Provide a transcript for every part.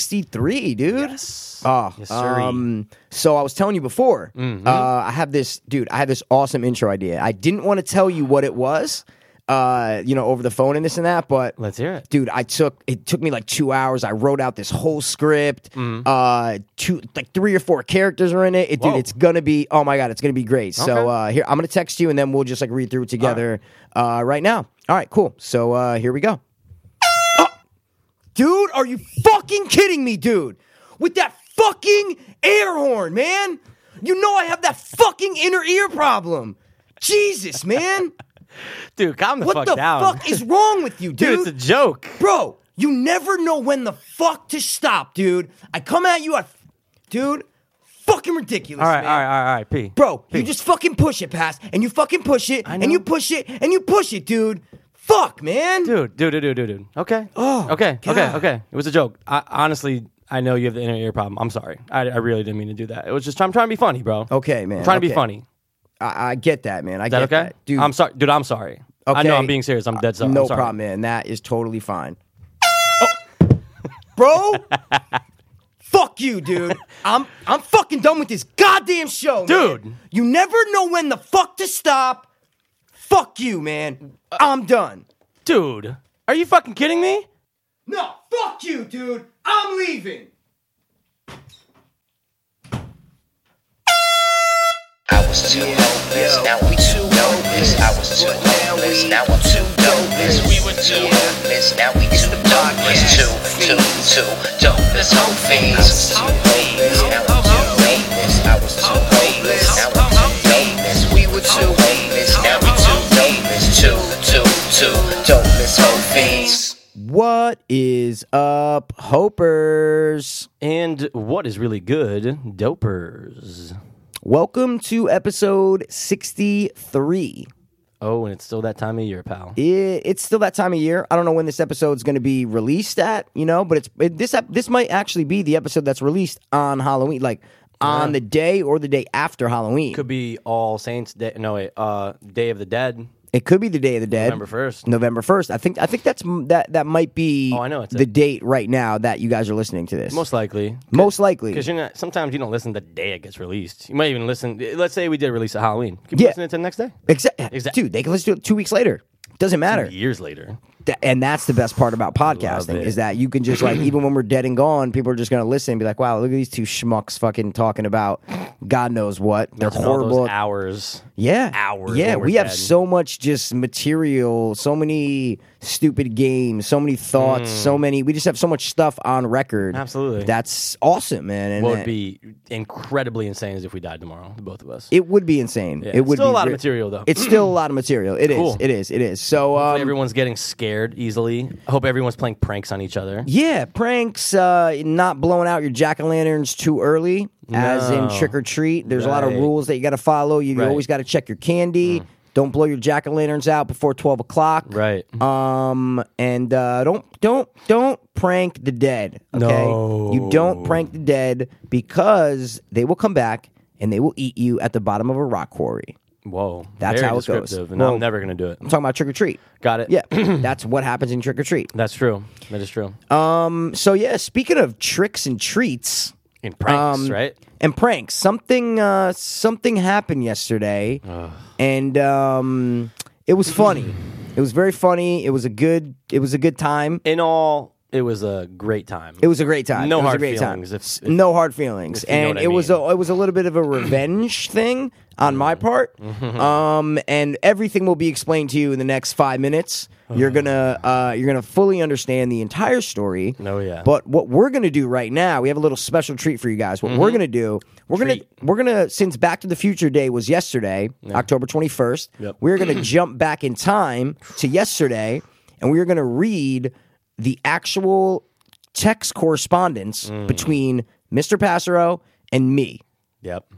63, dude. Yes. Oh, Yes, sirree. um, so I was telling you before, uh, I have this, dude, I had this awesome intro idea. I didn't want to tell you what it was, uh, you know, over the phone and this and that, but Let's hear it. dude, I took, it took me like two hours. I wrote out this whole script, uh, two, like three or four characters are in it. it dude, Mm-hmm. Whoa. it's gonna be, oh my God, it's gonna be great. So, Okay. uh, here, I'm gonna text you and then we'll just like read through it together, uh, right now. All right, cool. So, uh, here we go. Dude, are you fucking kidding me, dude? With that fucking air horn, man. You know I have that fucking inner ear problem. Jesus, man. Dude, calm the What fuck the down. fuck is wrong with you, dude, dude? it's a joke. Bro, you never know when the fuck to stop, dude. I come at you, I. Dude, fucking ridiculous, All right, all man. right, all right, all right, P. Bro, P. you just fucking push it past, and you fucking push it, and you push it, and you push it, dude. Fuck, man. Dude, dude, dude, dude, dude, dude. Okay. Oh, Okay. God. Okay. Okay. It was a joke. I, honestly, I know you have the inner ear problem. I'm sorry. I, I really didn't mean to do that. It was just I'm trying to be funny, bro. Okay, man. I'm trying to okay. be funny. Is I, I get that, man. I that get okay? that. Dude, I'm sorry, dude. I'm sorry. I Okay. Uh, know I'm being serious. I'm dead sorry. No I'm sorry. problem, man. That is totally fine. Oh. Bro, fuck you, dude. I'm I'm fucking done with this goddamn show, man. Dude. You never know when the fuck to stop. Fuck you, man. I'm done. dude. Are you fucking kidding me? No, fuck you, dude. I'm leaving. I was too hopeless, now we too hopeless. I was too hopeless, now I'm too dopeless. We were too hopeless, now we too dopeless. Two, two, two, dopeless hope fiends. I was too hopeless, now I'm too hopeless. I was too hopeless, now I'm too dopeless. We were too hopeless, now we too dopeless. Two, two, two, dopeless hope fiends. What is up, hopers? And what is really good? Dopers. Welcome to episode 63. Oh, and it's still that time of year, pal. It, it's still that time of year. I don't know when this episode's going to be released at, you know, but it's it, this ep- this might actually be the episode that's released on Halloween, like on the day or the day after Halloween. Could be All Saints Day. No, wait. Uh, Day of the Dead. it could be the day of the dead, November first. November first. I think I think that's m- that that might be Oh, I know it's the it. date right now that you guys are listening to this. Most likely. Most likely, Because you're not. Sometimes you don't listen the day it gets released. You might even listen. Let's say we did release at Halloween. Could you Yeah. listen to it the next day? Exact- Exact- dude. They can listen to it two weeks later. Doesn't matter. Years later. Th- and that's the best part about podcasting it. is that you can just like even when we're dead and gone, people are just gonna listen and be like, "Wow, look at these two schmucks fucking talking about God knows what." They're Imagine all horrible. Those hours. yeah, hours Yeah, when we're we have dead. so much just material, so many stupid games, so many thoughts, so many. We just have so much stuff on record. Mm. Absolutely. that's awesome, man. And What would that- be incredibly insane is if we died tomorrow, the both of us. It would be insane. Yeah, It would still be a lot of re- material, though. It's still a lot of material. It is. Cool. It is. It is. So um, everyone's getting scared easily. I hope everyone's playing pranks on each other. Yeah, pranks, uh, not blowing out your jack o' lanterns too early, as in No. trick or treat. There's a lot of Right. rules that you got to follow. You Right. Mm. always got to check your candy. Don't blow your jack o' lanterns out before twelve o'clock. Right. Um, and uh, don't don't don't prank the dead. Okay, No. you don't prank the dead because they will come back and they will eat you at the bottom of a rock quarry. Whoa. That's Very how it goes. descriptive, And Well- I'm never going to do it. I'm talking about trick or treat. Got it. Yeah, that's what happens in trick or treat. That's true. That is true. Um, So yeah, speaking of tricks and treats. In pranks, um, right? and pranks. Something uh, something happened yesterday, and um, it was funny. it was very funny. It was a good. It was a good time. In all, it was a great time. It was a great time. No It was a hard great time. feelings, if- S- if- no hard feelings, you know and what I it was a, mean. Mm. it was a little bit of a revenge thing on my part. Mm-hmm. um, and everything will be explained to you in the next five minutes. You're gonna uh, you're gonna fully understand the entire story. Oh, yeah. But what we're gonna do right now, we have a little special treat for you guys. What we're gonna do, we're Mm-hmm. Treat. gonna we're gonna since Back to the Future Day was yesterday, October 21st. Yep. We're gonna jump back in time to yesterday, and we're gonna read the actual text correspondence Mm. between Mr. Passero and me. Yep.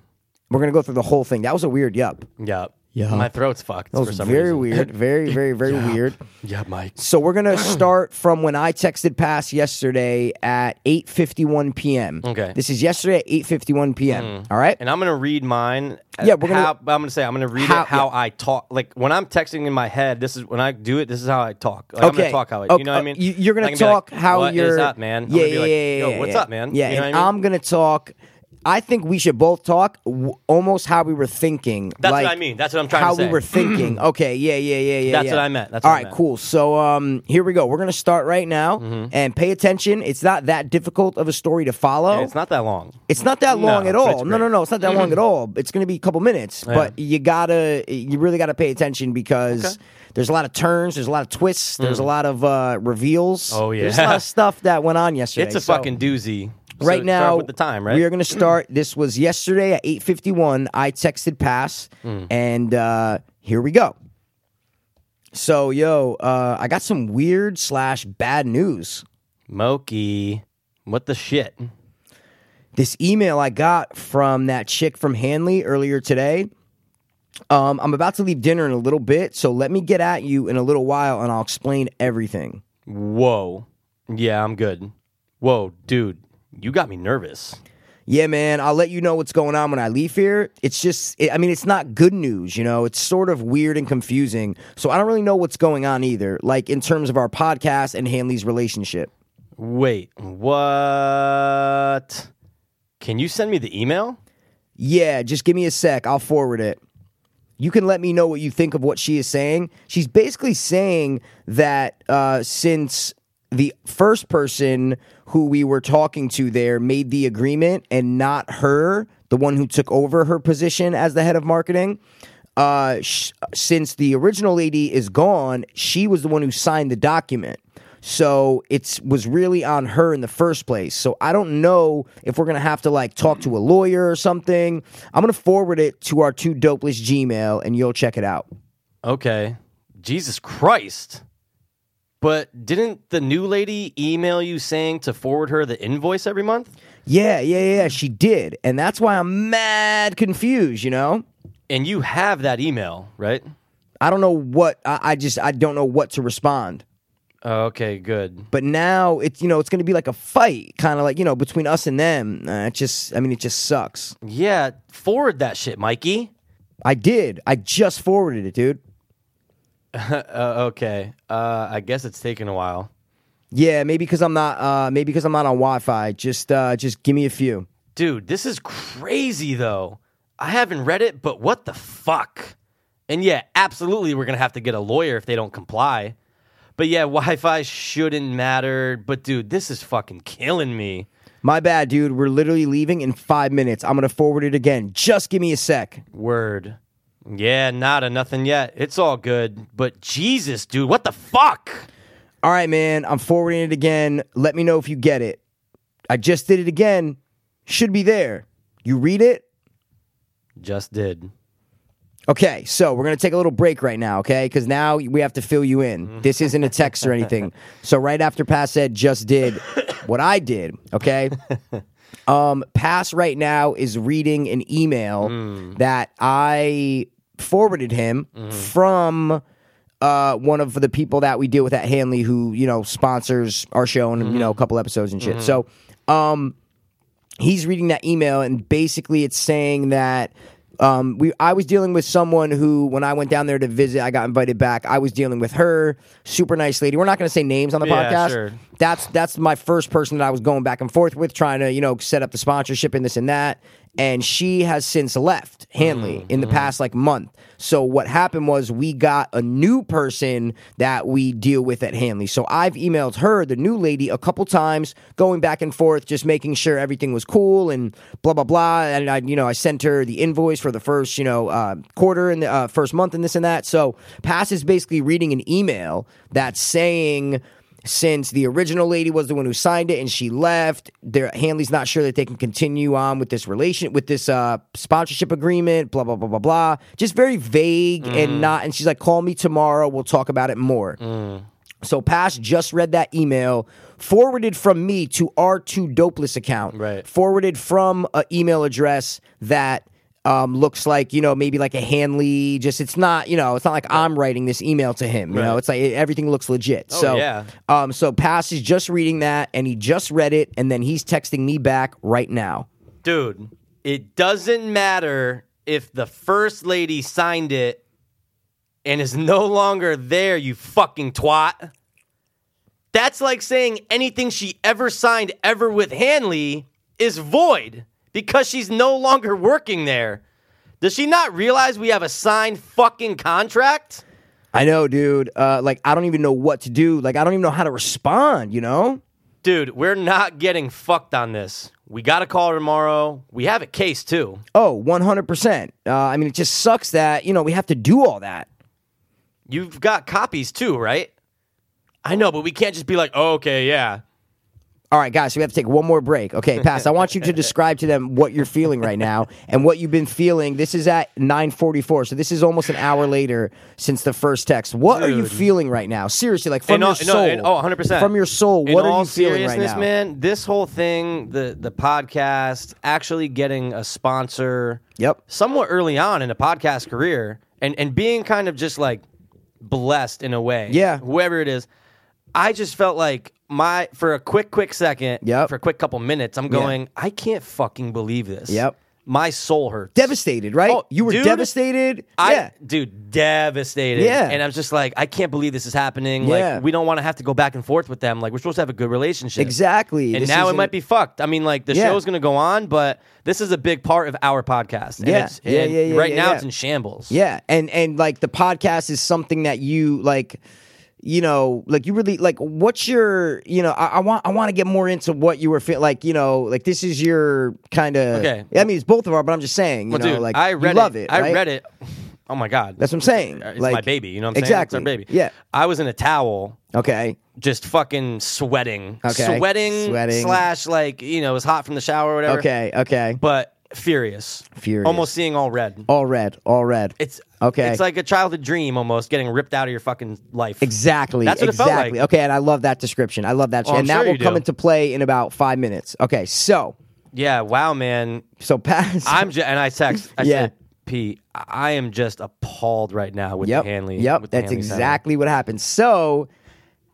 We're gonna go through the whole thing. That was a weird yup. Yep. Yeah. My throat's fucked That for was some very reason. weird. Very, very, very weird. Yeah, Mike. So we're gonna start from when I texted Pass yesterday at 8:51 p.m. Okay. Mm. This is yesterday at 8:51 p.m. All right. And I'm gonna read mine. Uh, Yeah, we're gonna- How, I'm gonna say I'm gonna read How- it how I talk. Like when I'm texting in my head, this is when I do it. This is how I talk. Like, I'm gonna Okay. talk how I. Okay. You know what I Uh, mean? you- You're I gonna can be like, talk how "What is you're. up, man? I'm Yeah, gonna be yeah, like, yeah, Yo, yeah, what's yeah. up, man? Yeah, you know and what I mean? am gonna talk. I think we should both talk w- almost how we were thinking. That's what like, I mean. That's what I'm trying to how say. we were thinking. okay, yeah, yeah, yeah, yeah. That's yeah. what I meant. That's All what I right, meant. Mm-hmm. cool. So um, here we go. We're gonna start right now, and pay attention. It's not that difficult of a story to follow. It's not that long. It's not that long No, at but all. it's No, no, great. no. It's not that long at all. It's going to be a couple minutes, but you gotta, you really gotta pay attention because there's a lot of turns, there's a lot of twists, there's a lot of uh, reveals. Hmm. Oh, yeah. there's a lot of stuff that went on yesterday. It's a So, fucking doozy. So right it starts now. with the time, right? We are going to start. This was yesterday at eight fifty one. I texted pass, Mm. and uh, here we go. So yo, uh, I got some weird slash bad news. Moki, what the shit? this email I got from that chick from Hanley earlier today. Um, I'm about to leave dinner in a little bit, so let me get at you in a little while and I'll explain everything. Whoa. Yeah, I'm good. Whoa, dude, you got me nervous. Yeah, man, I'll let you know what's going on when I leave here. It's just, it, I mean, it's not good news, you know? It's sort of weird and confusing, so I don't really know what's going on either, like in terms of our podcast and Hanley's relationship. Wait, what? Can you send me the email? Yeah, just give me a sec. I'll forward it. You can let me know what you think of what she is saying. She's basically saying that uh, since the first person who we were talking to there made the agreement and not her, the one who took over her position as the head of marketing, uh, sh- since the original lady is gone, she was the one who signed the document. So it's was really on her in the first place. So I don't know if we're gonna have to like talk to a lawyer or something. I'm gonna forward it to our two dopeless Gmail and you'll check it out. Okay. Jesus Christ. But didn't the new lady email you saying to forward her the invoice every month? Yeah, yeah, yeah. She did, and that's why I'm mad confused. You know, And you have that email, right? I don't know what I, I just I don't know what to respond. Uh, Okay, good. But now it's you know it's gonna be like a fight, kind of like you know between us and them. Uh, it just I mean it just sucks. Yeah, forward that shit, Mikey. I did. I just forwarded it, dude. Uh, okay. Uh, I guess it's taken a while. Yeah, maybe because I'm not. Uh, maybe because I'm not on Wi-Fi. Just, uh, just give me a few. Dude, this is crazy though. I haven't read it, but what the fuck? And yeah, absolutely, we're gonna have to get a lawyer if they don't comply. But yeah, Wi Fi shouldn't matter. But dude, this is fucking killing me. My bad, dude. We're literally leaving in five minutes. I'm gonna forward it again. Just give me a sec. Word. Yeah, nada, nothing yet. It's all good. But Jesus, dude, what the fuck? All right, man. I'm forwarding it again. Let me know if you get it. I just did it again. Should be there. You read it. Just did. Okay, so we're gonna take a little break right now, okay? Because now we have to fill you in. This isn't a text or anything. So right after Pass said just did what I did, okay? Um, Pass right now is reading an email Hmm. that I forwarded him from uh, one of the people that we deal with at Hanley, who you know sponsors our show and you know a Hmm. couple episodes and shit. So um, he's reading that email and basically it's saying that um, we I was dealing with someone who when I went down there to visit, I got invited back. I was dealing with her, super nice lady. We're not going to say names on the Yeah, podcast. sure. That's that's my first person that I was going back and forth with, trying to you know set up the sponsorship and this and that. And she has since left Hanley in the past like month. So what happened was we got a new person that we deal with at Hanley. So I've emailed her, the new lady, a couple times, going back and forth, just making sure everything was cool and blah blah blah. And I you know I sent her the invoice for the first you know uh, quarter and the uh, first month and this and that. So Pass is basically reading an email that's saying since the original lady was the one who signed it and she left. There, Hanley's not sure that they can continue on with this relation with this uh, sponsorship agreement. Blah blah blah blah blah. Just very vague Mm. and not. And she's like, "Call me tomorrow. We'll talk about it more." Mm. So Pass just read that email forwarded from me to our two dopeless account. Right. Forwarded from an email address that um, looks like you know maybe like a Hanley. Just it's not you know it's not like I'm writing this email to him. You know Right. Oh, it's like everything looks legit. so yeah. um, so Pass is just reading that and he just read it and then he's texting me back right now. Dude, it doesn't matter if the first lady signed it and is no longer there, you fucking twat. That's like saying anything she ever signed ever with Hanley is void because she's no longer working there. Does she not realize we have a signed fucking contract? I know, dude. Uh, like I don't even know what to do. Like I don't even know how to respond. You know. Dude, we're not getting fucked on this. We got to call her tomorrow. We have a case too. Oh, 100%. Uh, I mean, it just sucks that, you know, we have to do all that. You've got copies too, right? I know, but we can't just be like, oh, okay, yeah. All right, guys, so we have to take one more break. Okay, Pass, I want you to describe to them what you're feeling right now and what you've been feeling. This is at 944, so this is almost an hour later since the first text. What are you Dude. feling right now? Seriously, like from In your all- no, soul. in- oh, 100%. From your soul, In what are all you feeling right seriousness, now? man, this whole thing, the the podcast, actually getting a sponsor Yep. somewhat early on in a podcast career and, and being kind of just like blessed in a way. Yeah. Whoever it is. I just felt like my for a quick, quick second, Yep. for a quick couple minutes, I'm going, I can't fucking believe this. Yep. My soul hurts. Devastated, right? Oh, you were dude, devastated. I, yeah. dude, devastated. Yeah. and I'm just like, I can't believe this is happening. Yeah. Like, we don't want to have to go back and forth with them. Like, we're supposed to have a good relationship. Exactly. And This now it isn't- might be fucked. I mean, like, the Yeah. show's going to go on, but this is a big part of our podcast. And Yeah. it's- Yeah, and yeah, yeah, Right yeah, now, yeah. it's in shambles. Yeah, and and like the podcast is something that you like. You know, like you really like. What's your? You know, I, I want I want to get more into what you were feeling. Like you know, like this is your kind of. Okay. I mean, it's both of our, but I'm just saying. You Well, know, dude, like I read you love it. I right? read it. Oh my god, That's what I'm saying. It's like my baby. You know what I'm exactly. saying? It's our baby. Yeah. I was in a towel. Okay. just fucking sweating. Okay. Sweating, Sweating. slash like, you know, it was hot from the shower or whatever. Okay. Okay. But furious. Furious. Almost seeing all red. All red. All red. It's Okay. It's like a childhood dream almost getting ripped out of your fucking life. Exactly. That's what it felt exactly. like. Okay, and I love that description. I love that, Oh, I'm and that sure will you come do. into play in about five minutes. Okay, so Yeah. Wow, man. so pass. I'm just and I text. I Yeah. said, Pete, I I am just appalled right now with yep. Hanley. Yep. with the That's Hanley settlement. exactly what happened. So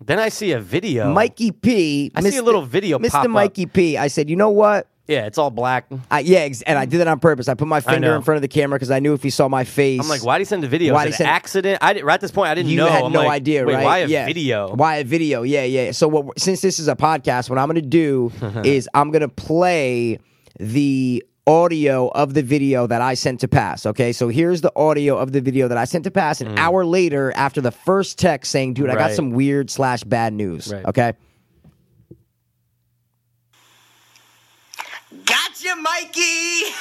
Then I see a video. Mikey P. I see a little video Mr. pop up. Mikey P. I said, you know what? Yeah, it's all black. I, yeah, ex- and I did that on purpose. I put my finger know. in front of the camera because I knew if he saw my face, I'm like, why'd he send a video? Why'd Is he it send- an accident? I did, right at this point, I didn't You know. had I'm no like, idea, Wait, right? Why a Yeah. video? Why a video? Yeah, yeah. So what? Since this is a podcast, what I'm going to do is I'm going to play the audio of the video that I sent to pass. Okay, so here's the audio of the video that I sent to pass an hour later after the first text saying, "Dude, I got Hmm. Right. some weird slash bad news." Right. Okay. Gotcha, Mikey!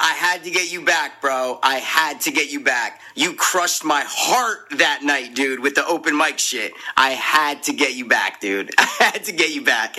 I had to get you back, bro. I had to get you back. You crushed my heart that night, dude, with the open mic shit. I had to get you back, dude. I had to get you back.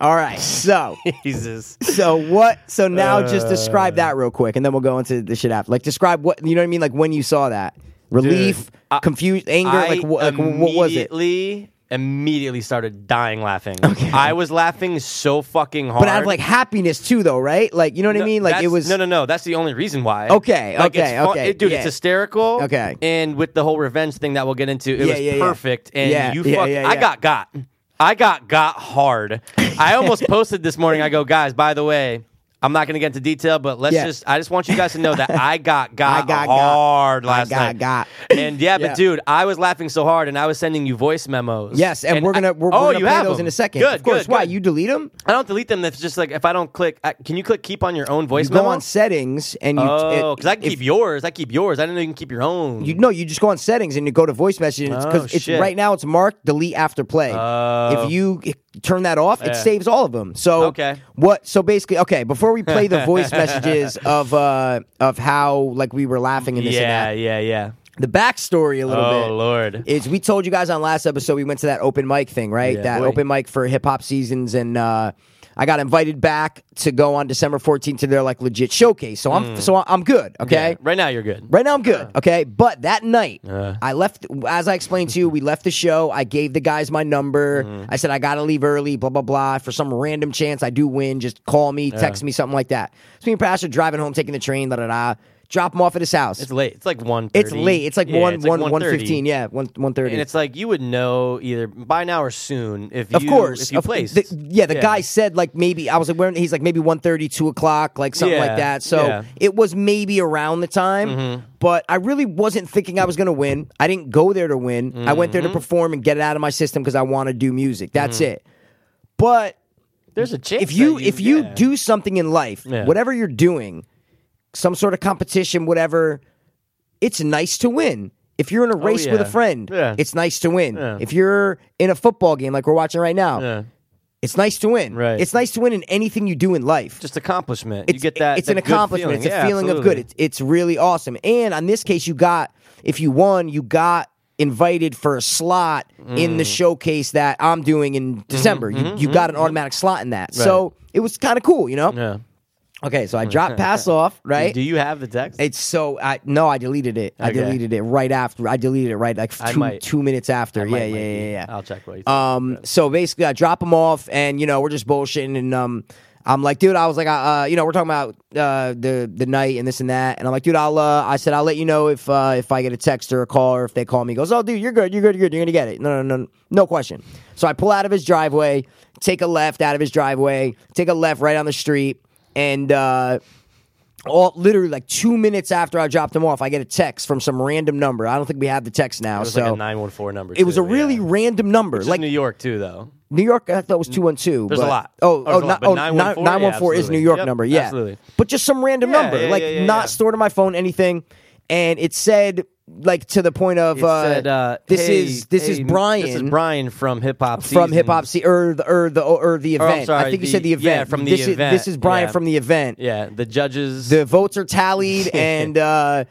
All right. So. Jesus. So what? So now Uh. just describe that real quick, and then we'll go into the shit after. Like describe what you know what I mean. Like when you saw that relief, I- confused, anger. I like what? Like what was it? Immediately, immediately started dying laughing. I was laughing so fucking hard. But out of like happiness too, though, right? Like you know what I mean? Like it That's- was no, no, no. That's the only reason why. Okay, Like, okay, it's fu- okay, it- dude. yeah. It's hysterical. Okay. and with the whole revenge thing that we'll get into, it Yeah, was yeah, yeah. perfect. And Yeah, you, yeah, fuck, yeah, I yeah. got got. I got got hard. I almost posted this morning. I go, guys. By the way. I'm not going to get into detail, but let's Yeah. just, I just want you guys to know that I got got, I got got. hard I last got night. got. And yeah, Yeah. but dude, I was laughing so hard and I was sending you voice memos. yes, and, we're gonna I- we're, we're oh, gonna you play have those them. in a second. Good, of course. good, Why good. you delete them? I don't delete them. That's just like if I don't click. I, can you click keep on your own voice You go memo? on settings and you oh, it- because I can if- keep yours. I keep yours. I didn't know you can keep your own. You no, you just go on settings and you go to voice message because Oh, it's shit. right now it's marked delete after play. Oh. if you turn that off, it Yeah. saves all of them. So Okay. what? So basically, okay. Before we play the voice messages of uh of how like we were laughing and this yeah, and that, yeah, yeah. the backstory a little bit. Oh Lord. Is we told you guys on last episode we went to that open mic thing, right? Yeah. that Boy. open mic for hip hop seasons and uh I got invited back to go on December 14th to their like legit showcase. So I'm so I'm good, okay? Mm. Yeah, Right now you're good. Right now I'm good, okay? But that night, I left as I explained to you, we left the show. I gave the guys my number. Mm-hmm. I said I got to leave early, blah blah blah. For some random chance I do win, just call me, text me something like that. So me and Pastor driving home taking the train, da da da. Drop him off at his house. It's late. It's like one. It's late. It's like yeah, one it's one one 1:30. fifteen. Yeah, one one thirty. And it's like you would know either by now or soon if you of course, if you of- placed. the- yeah, the guy said like maybe I was like, where, he's like maybe 1.30, 2 o'clock, like something Yeah, like that. So yeah. Mm-hmm. it was maybe around the time, but I really wasn't thinking I was going to win. I didn't go there to win. I went Mm-hmm. there to perform and get it out of my system because I want to do music. That's it. But There's a chance if you that if you yeah. do something in life, Yeah. whatever you're doing, some sort of competition, whatever, it's nice to win. If you're in a race with a Oh, yeah. friend, Yeah. it's nice to win. Yeah. If you're in a football game like we're watching right now, Yeah. it's nice to win. Right. It's nice to win in anything you do in life. just accomplishment, it's, you get that. It's that an good accomplishment. feeling. It's a Yeah, feeling of absolutely. good. It's, it's really awesome. And on this case, you got if you won, you got invited for a slot in the Mm. showcase that I'm doing Mm-hmm, in December. you you got an automatic slot in that. So it was kind of cool, you know. yeah. Okay, so I dropped pass off, right? Do you have the text? It's so I no, I deleted it. I Okay. deleted it right after. I deleted it right like I two, might. two minutes after. Might- yeah, yeah, might yeah, be. yeah. I'll check what you. Um, so basically, I drop him off, and you know, we're just bullshitting, and um, I'm like, dude, I was like, I- uh, you know, we're talking about uh the the night and this and that, and I'm like, dude, I'll uh, I said I'll let you know if uh if I get a text or a call or if they call me. He goes, oh, dude, you're good, you're good, you're good, you're gonna get it. No, no, no, no question. So I pull out of his driveway, take a left out of his driveway, take a left right on the street, and uh all literally like two minutes after I dropped him off, I get a text from some random number. I don't think we have the text now. it was so like a nine one four number. it was too, a really yeah. random number. Just like New York too, though. New York, I thought was two one two. There's a lot. Oh, There's oh, a ni- lot, but oh, 914, nine one four yeah, is New absolutely. York Yep, number. Yeah, absolutely. But just some random Yeah, number, yeah, like yeah, yeah, not yeah. stored on my phone, anything. And it said like to the point of It uh, said, uh, this hey, is this is hey, Brian. This is Brian from Hip Hop From Season. Oh, hip hop, se- or the or the or the I'm event. I sorry, think you the- said the yeah, event. from the this event, Is, this is Brian yeah. from the event. Yeah, the judges. The votes are tallied, and uh,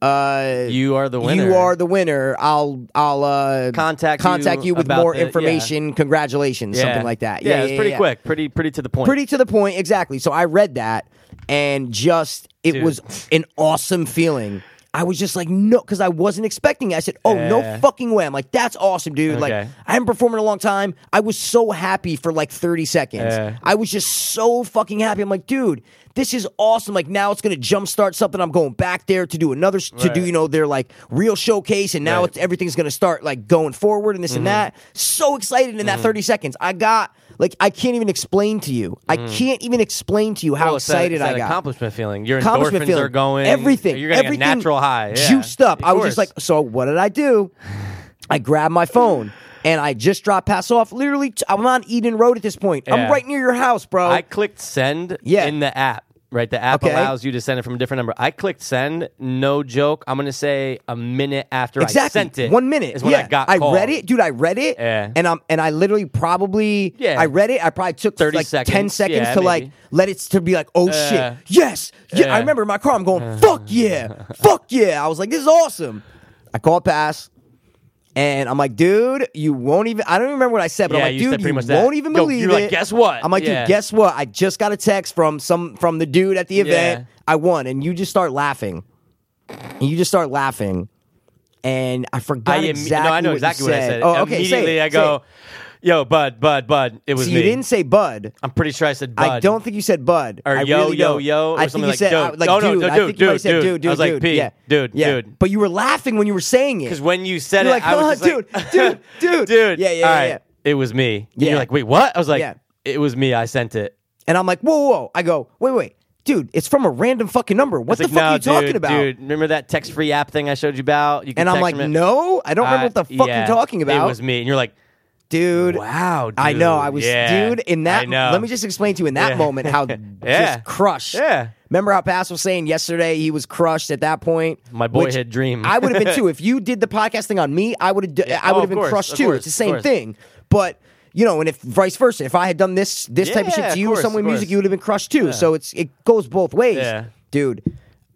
uh, you are the winner. you are the winner. I'll I'll uh, Contact you contact you, with about more the- yeah. information. Congratulations, Yeah. something like that. Yeah, yeah, it's pretty yeah. quick, pretty pretty to the point. pretty to the point exactly so i read that and just it Dude. was an awesome feeling i was just like no because i wasn't expecting it i said oh no Yeah. fucking way i'm like that's awesome dude like Okay. i haven't performed in a long time i was so happy for like 30 seconds Yeah. i was just so fucking happy i'm like dude this is awesome like now it's gonna jumpstart something i'm going back there to do another to do Right. you know their like real showcase and now Right. Mm-hmm. it's everything's gonna start like going forward and this and that. So excited in that 30 seconds. I got like I can't even explain to you. I can't even explain to you how Mm. Well, it's that- excited it's that I got. Accomplishment feeling. Your Accomplishment endorphins feeling. are going. Everything. You're getting everything a natural high. Yeah. Juiced up. Of I was just like, course. so what did I do? I grabbed my phone and I just dropped pass off. Literally, t- I'm on Eden Road at this point. I'm Yeah. right near your house, bro. I clicked send oh. Yeah. in the app. Right, the app Okay. allows you to send it from a different number. I clicked send. No joke. I'm gonna say a minute after I exactly. sent it. One minute. is when yeah. I got. I called. read it, dude. I read it. Yeah. And I'm and I literally probably. Yeah. I read it. I probably took 30 like ten seconds. seconds Yeah, to like maybe. let it to be like, oh Yeah. shit, yes, yeah. I Yeah. remember in my car. I'm going, fuck yeah, fuck yeah. I was like, this is awesome. I called pass. And I'm like, dude, you won't even. I don't even remember what I said, but Yeah, I'm like, you dude, said pretty you much that. won't even Yo, believe you're it. like, "Guess what?" I'm like, Yeah. dude, guess what? I just got a text from some from the dude at the event. I won, and you just start laughing, and you just start laughing, and I I forgot am, exactly. no, I know what exactly you what I said. said. Oh, okay. say it, Immediately, I say it. go, "Yo, bud, bud, bud." It was So me. you didn't say bud. I'm pretty sure I said bud. I don't think you said bud. Or I yo, really yo, don't. yo, or I think something you like said dope. I- like Oh, no, dude. no, I think dude, you might have said dude, dude, dude. dude, I was like, dude. P, yeah. dude, yeah. dude. But you were laughing when you were saying it. Because when you said You're it, like, I "Oh, was just like, dude, dude, dude. Yeah, yeah, Yeah, yeah, yeah, yeah. It was me. And Yeah. You're like, wait, what? I was like, Yeah. it was me. I sent it. And I'm like, whoa, whoa, whoa. I go, wait, wait, dude, it's from a random fucking number. What It's the like, fuck no, are you dude, talking about? Dude, remember that text free app thing I showed you about? You can And I'm text like, from it? no, I don't remember what the Uh, fuck yeah, you're talking about. It was me. And you're like, dude. wow, dude. I know. I was, Yeah. dude, in I that. know. Let me just explain to you in that Yeah. moment how Yeah. just crushed. Yeah. Remember how Pass was saying yesterday he was crushed at that point? My Which boyhood dream. I would have been too. If you did the podcast thing on me, I would have. Yeah. I Oh, would have of been course, crushed of too. course, it's the of same course. thing. But you know, and if vice versa, if I had done this this type of Yeah, shit to of you or course, someone of with music, course. you would have been crushed too. So it's it goes both ways, Yeah. dude.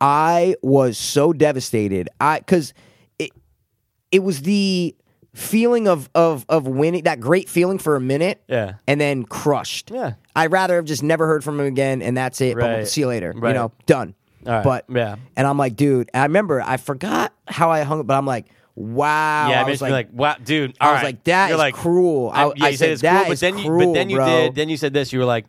I was so devastated. I because. it was the feeling of of of winning that great feeling for a minute Yeah. and then crushed Yeah. i'd rather have just never heard from him again and that's it but we'll Right. see you later you Right. know done All right. but Yeah. and i'm like dude i remember i forgot how i hung up but i'm like wow Yeah, i it was makes like, me like, wow, dude. I all was right. like, that You're is cruel. I- I'm- yeah, I you said, it's that cool, is but then you, cruel, but then you bro. did, then you said this. You were like,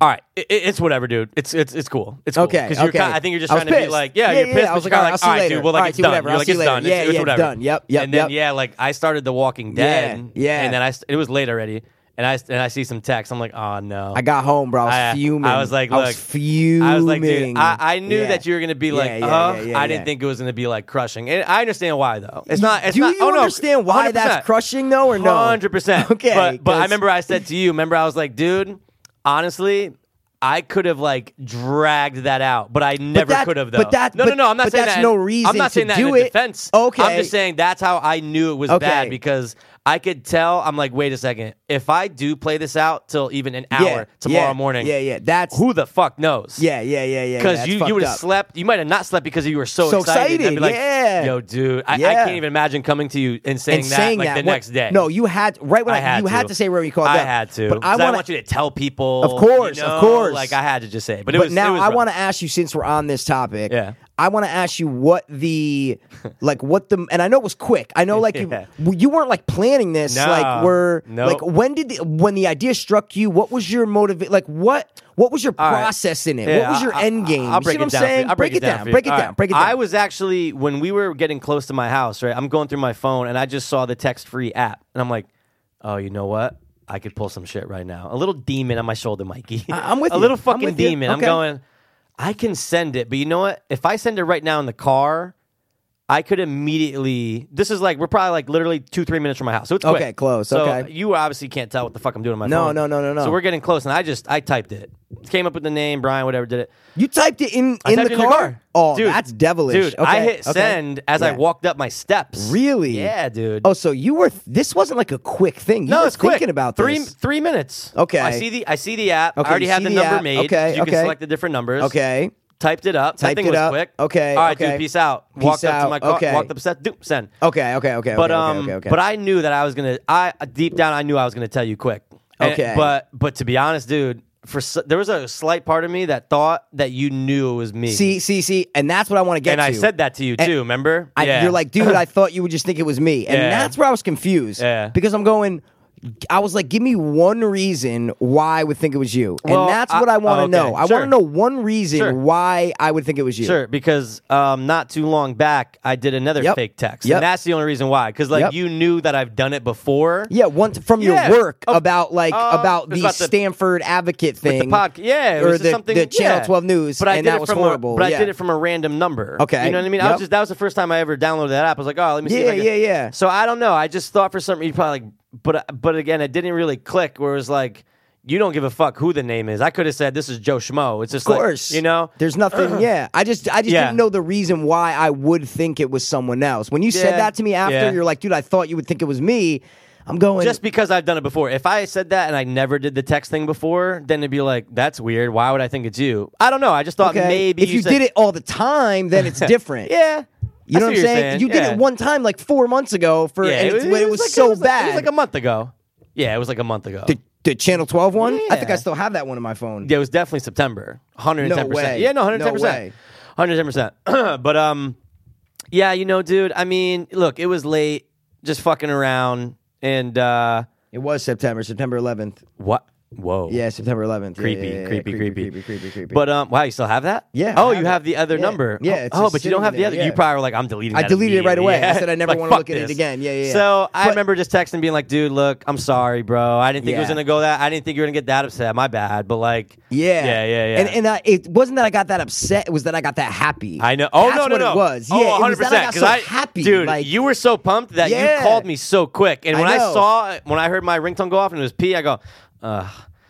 all right, i- i- it's whatever, dude. It's it's it's cool. It's Okay, Because you're, okay. ki- I think you're just I was trying to be pissed. like, yeah, Yeah, you're yeah, pissed. I was but like, all you're right, I'll like, see you all right, later. dude. Well, like All right, it's see, done. whatever, You're I'll like, see you it's later. done. Yeah, It's- it's yeah, whatever. done. Yep, yep, And then yep. yeah, like I started the Walking Dead. Yeah, yeah. And then I, st- it was late already, and I st- and I see some text. I'm like, oh no. I got home, bro. I was I- fuming. I was like, I was look, fuming. I was like, dude, I, I knew that you were gonna be like, Yeah, yeah, uh, yeah, yeah, I didn't yeah. think it was gonna be like crushing. And I understand why though. It's not. It's Do not. you oh, no, understand why that's 100%. crushing though, or no? Hundred percent. Okay, but, but I 'cause- remember I said to you. Remember I was like, dude, honestly. I could have like dragged that out, but I never that- could have though. but that- no, no, but- no. I'm not but saying that's that. no in- reason I'm not to saying that do in it. defense. I'm Okay. just saying that's how I knew it was Okay. bad because I could tell. I'm like, wait a second. If I do play this out till even an hour tomorrow yeah, morning, Yeah, yeah. That's who the fuck knows? Yeah, yeah, yeah, yeah. Because that's you, fucked you would have up. slept. You might have not slept because you were so, So excited. I'd be excited, like, yeah. yo, dude, I, I Yeah. can't even imagine coming to you and saying and that saying like that the what- next day. No, you had right when I I, had you to. had to say where you called. I up. had to. But I 'Cause wanna- want you to tell people. Of course, you of know? course. Like I had to just say it. But, it But was now I want to. to ask you, since we're on this topic, Yeah. I want to ask you what the, like what the, and I know it was quick. I know like Yeah. you, you weren't like planning this. No. Like we're Nope. like when did the, when the idea struck you? What was your motive? Like what what was your right. process in it? Yeah, what was your I- I- end game? I'll you see break what I'm it down. for you. saying? I'll break, it down. for you. Break it All down. right. Break it down. I was actually when we were getting close to my house, right? I'm going through my phone and I just saw the text-free app, and I'm like, oh, you know what? I could pull some shit right now. A little demon on my shoulder, Mikey. I- I'm with a you. little I'm fucking with you. demon. I'm Okay. going. I can send it, but you know what? If I send it right now in the car. I could immediately. This is like we're probably like literally two, three minutes from my house. So it's quick. Okay, close. So Okay. you obviously can't tell what the fuck I'm doing on my No, phone. no, no, no, no. So we're getting close, and I just I typed it, came up with the name Brian, whatever, did it. you typed it in I in typed the it car. Oh, that's devilish. Dude, okay. I hit okay. send as I Yeah. walked up my steps. Really? Yeah, dude. Oh, so you were. This wasn't like a quick thing. You no, were it's quick. thinking about three this. three minutes. Okay. I see the I see the app. Okay, I already you have see the the number app. made. Okay, you okay. can select the different numbers. Okay. Typed it up. that Typed thing it was up. quick. Okay, All right, okay. dude. Peace out. Peace walked up to out, my car. okay. Walked up steps. Doop, send. Okay. Okay. Okay. But okay, um, Okay, okay, but I knew that I was gonna. I deep down, I knew I was gonna tell you quick. And- Okay. But but to be honest, dude, for s- there was a slight part of me that thought that you knew it was me. see, see, see, and that's what I want to get. and to. I said that to you And too. Remember? I, You're like, dude, I thought you would just think it was me, and Yeah. that's where I was confused. Yeah. Because I'm going. I was like, give me one reason why I would think it was you, and Well, that's I- what I want to okay, know. I sure. want to know one reason Sure. why I would think it was you. Sure, because um, not too long back, I did another Yep. fake text, Yep. and that's the only reason why. Because like Yep. you knew that I've done it before. Yeah, one from Yeah. your work Oh, about like uh, about it's the about the- Stanford advocate The thing. podcast, yeah, it or was just the, something the Channel yeah. Twelve News, But I and did that it was from horrible. A, but yeah. I did it from a random number. Okay. you know what I mean. I Yep. was just that was the first time I ever downloaded that app. I was like, oh, let me see. if I Yeah, can- yeah, yeah. So I don't know. I just thought for some reason, probably like, but but again, it didn't really click. Where it was like, you don't give a fuck who the name is. I could have said this is Joe Schmo. It's just Of course, like, you know. There's nothing. yeah, I just, I just Yeah. didn't know the reason why I would think it was someone else. When you Yeah. said that to me after, Yeah. you're like, dude, I thought you would think it was me. I'm going. just because I've done it before. If I said that and I never did the text thing before, then it'd be like, that's weird. Why would I think it's you? I don't know. I just thought okay, maybe if you, said- did it all the time, then it's different. yeah. you know I see what I'm you're saying? You did Yeah. it one time, like four months ago, for Yeah, and it's, when it was like- so it was like- bad. it was like a month ago. Yeah, it was like a month ago. the, the Channel 12 one. I think Yeah. I still have that one in my phone. yeah, it was definitely September. 110%. No way. Yeah, no, No 110%. way. 110%. but um yeah, you know, dude, I mean, look, it was late just fucking around and uh It was September, September 11th. what? Whoa. Yeah, September 11th. Yeah, creepy, yeah, yeah, yeah. creepy, creepy, creepy, creepy, creepy. But um, wow, you still have that? Yeah, I Oh, have you it. have the other Yeah. number. Yeah, Oh, it's Oh, just but you don't sitting have the there, other. yeah. You probably were like, I'm deleting. I that deleted it right away. I immediately. said I never Like, wanna look fuck at it this. again. Yeah, yeah, yeah. So I But- remember just texting, being like, dude, look, I'm sorry, bro. I didn't think it was Yeah. gonna go that. I didn't think you were gonna get that upset. My bad. But like, Yeah, yeah, yeah, yeah. And and I, it wasn't that I got that upset; it was that I got that happy. I know. Oh That's no, no, what no. It was Oh, yeah, it was that I 100%, got 'cause so happy, dude. Like you were so pumped that you Yeah. called me so quick, and I when I, know. saw when I heard my ringtone go off and it was P, I go, ugh.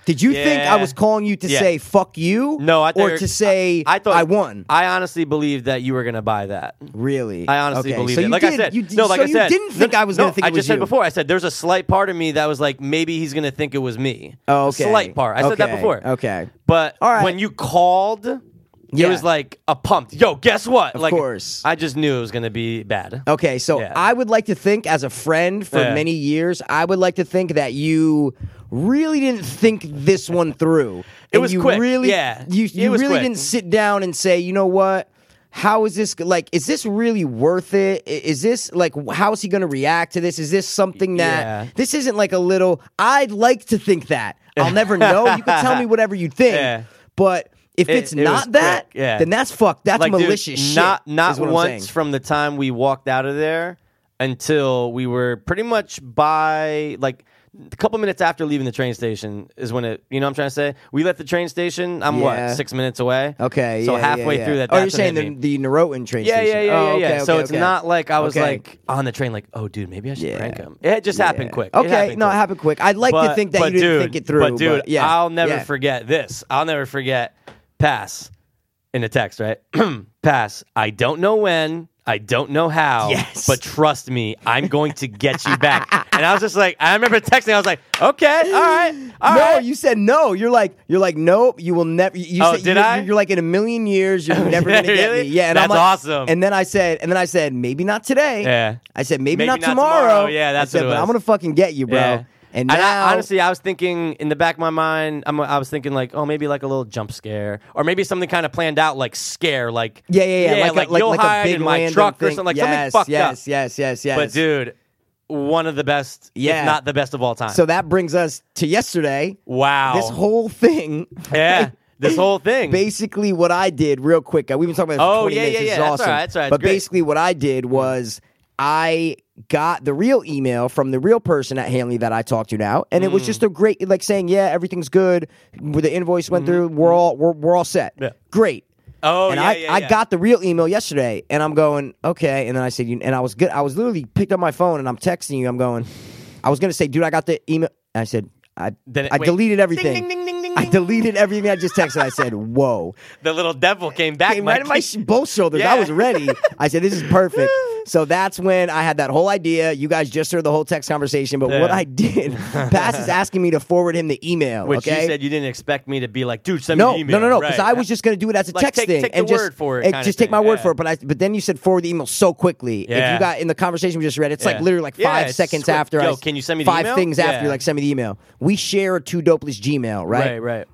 Did you think I Yeah. was calling you to Yeah. say "fuck you"? No, I thought or to say I, thought I won. I honestly believed that you were gonna buy that. really, I honestly okay. believe so it. You Like did, I said, you, did- no, like so I said, you didn't no, think I was no, going to think I it was just said you. before. I said there's a slight part of me that was like, maybe he's going to think it was me. Oh, okay. Slight part. I said that Okay. before. Okay. But All right. when you called, Yeah. It was like a pumped. Yo, guess what? Of like, course. I just knew it was gonna be bad. Okay, so Yeah. I would like to think, as a friend for Yeah. many years, I would like to think that you really didn't think this one through. And was you quick, Really, yeah. you It you was really quick. didn't sit down and say, you know what? How is this like? Is this really worth it? I- Is this like how is he going to react to this? Is this something that Yeah. this isn't like a little? I'd like to think that I'll never know. You can tell me whatever you think, Yeah. but if It- it's it was not that, quick, yeah. then that's fucked. That's like dude, malicious shit. Not not is what I'm saying. once from the time we walked out of there until we were pretty much by like a couple minutes after leaving the train station is when it. You know what I'm trying to say? We left the train station. I'm Yeah. what six minutes away. Okay. So yeah, halfway yeah, yeah. through that. Oh, That's you're saying when it hit the, me. the Norotan train Yeah, station. yeah, yeah, oh, yeah. okay, yeah. so okay, it's okay. not like I was Okay. like on the train, like, oh, dude, maybe I should Yeah. prank him. It just happened Yeah. quick. It Okay, happened no, quick. it happened quick. I'd like to But- think that you but didn't dude, think it through. But dude, yeah, I'll never yeah. forget this. I'll never forget pass in the text, right? pass. I don't know when. I don't know how. Yes. But trust me, I'm going to get you back. and I was just like, I remember texting. I was like, okay, all right, all no, right. you said no. You're like, you're like, nope. You will never. You Oh, said, did you're, I? You're like in a million years. You're never gonna get Really? me. Yeah, and I'm That's like- awesome. And then I said, and then I said, maybe not today. Yeah. I said, maybe, Maybe not, not tomorrow. tomorrow. Yeah, that's I said, what it but I'm was. gonna fucking get you, bro. Yeah. And I- now, I, honestly, I was thinking in the back of my mind, I'm, I was thinking like, oh, maybe like a little jump scare, or maybe something kind of planned out, like scare, like yeah, yeah, yeah, like, a, like, you'll like hide a big in my random truck or thing. something, like yes, something fucked yes, up. Yes, yes, yes, But dude, one of the best, Yeah. if not the best of all time. so that brings us to yesterday. wow, This whole thing, yeah, this whole thing. basically what I did real quick. uh, We've been talking about this for Oh, 20 yeah, minutes. yeah, this yeah. is That's all awesome. right, that's all right. But It's great. basically what I did was I got the real email from the real person at Hanley that I talked to now, and it was just Mm. a great like saying, "Yeah, everything's good. The invoice went through. We're all we're, we're all set. Mm-hmm, Yeah. Great." oh, and yeah, I, yeah, I yeah. got the real email yesterday, and I'm going okay. And then I said, you- and I was good. I was literally picked up my phone, and I'm texting you. I'm going. I was gonna say, dude, I got the email. And I said, I Then it- I wait. deleted everything. Ding, ding, ding, ding, I ding. deleted everything I just texted. I said, whoa the little devil came back. came right Mike. in my sh- both shoulders. I Yeah. was ready. I said, "This is perfect." So that's when I had that whole idea. You guys just heard the whole text conversation, but what Yeah. I did, Pass is asking me to forward him the email. which okay. you said you didn't expect me to be like, dude, send no, me the email. no, no, no, because Right. I was just going to do it as a Like, text take- thing take and the just word for it and kinda just take my thing, word yeah. for it. But I, but then you said forward the email so quickly. If Yeah. you got in the conversation we just read, it's like Yeah. literally like Yeah, five it's seconds quick. after. I Yo, s- can you send me the five email? things after? Yeah. You're like, send me the email. We share a two dopeless Gmail, right, right.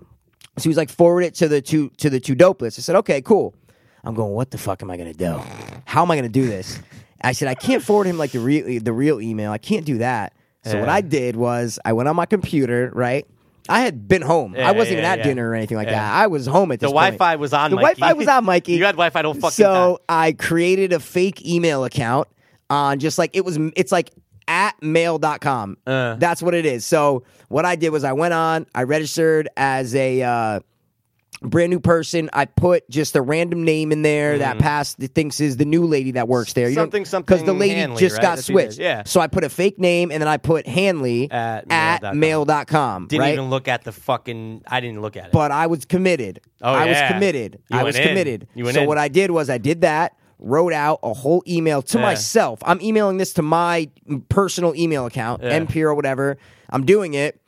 so he's like, forward it to the two to the two dopeless. I said, okay, cool. I'm going, what the fuck am I gonna do? How am I gonna do this? I said, I can't forward him like the real the real email. I can't do that. So what Yeah. I did was I went on my computer, right? I had been home. I Yeah, wasn't yeah, even at yeah. dinner or anything like Yeah. that. I was home at The this point. Wi-Fi was on. The Mikey. Wi-Fi was on, Mikey. you had Wi-Fi. Don't fucking. So I created a fake email account on just like it was it's like at mail.com. Uh. That's what it is. So what I did was I went on, I registered as a uh brand new person. I put just a random name in there that past that thinks is the new lady that works there. Mm-hmm. Something, because the something lady Hanley, just right? got That's what you did. switched. Yeah. So I put a fake name and then I put Hanley At at mail mail.com. Didn't right? even look at the fucking. I didn't look at it. but I was committed. Oh, I was yeah. committed. You I went was in. committed. You went so in. what I did was I did that, wrote out a whole email to Yeah. myself. I'm emailing this to my personal email account, Yeah. MP or whatever. I'm doing it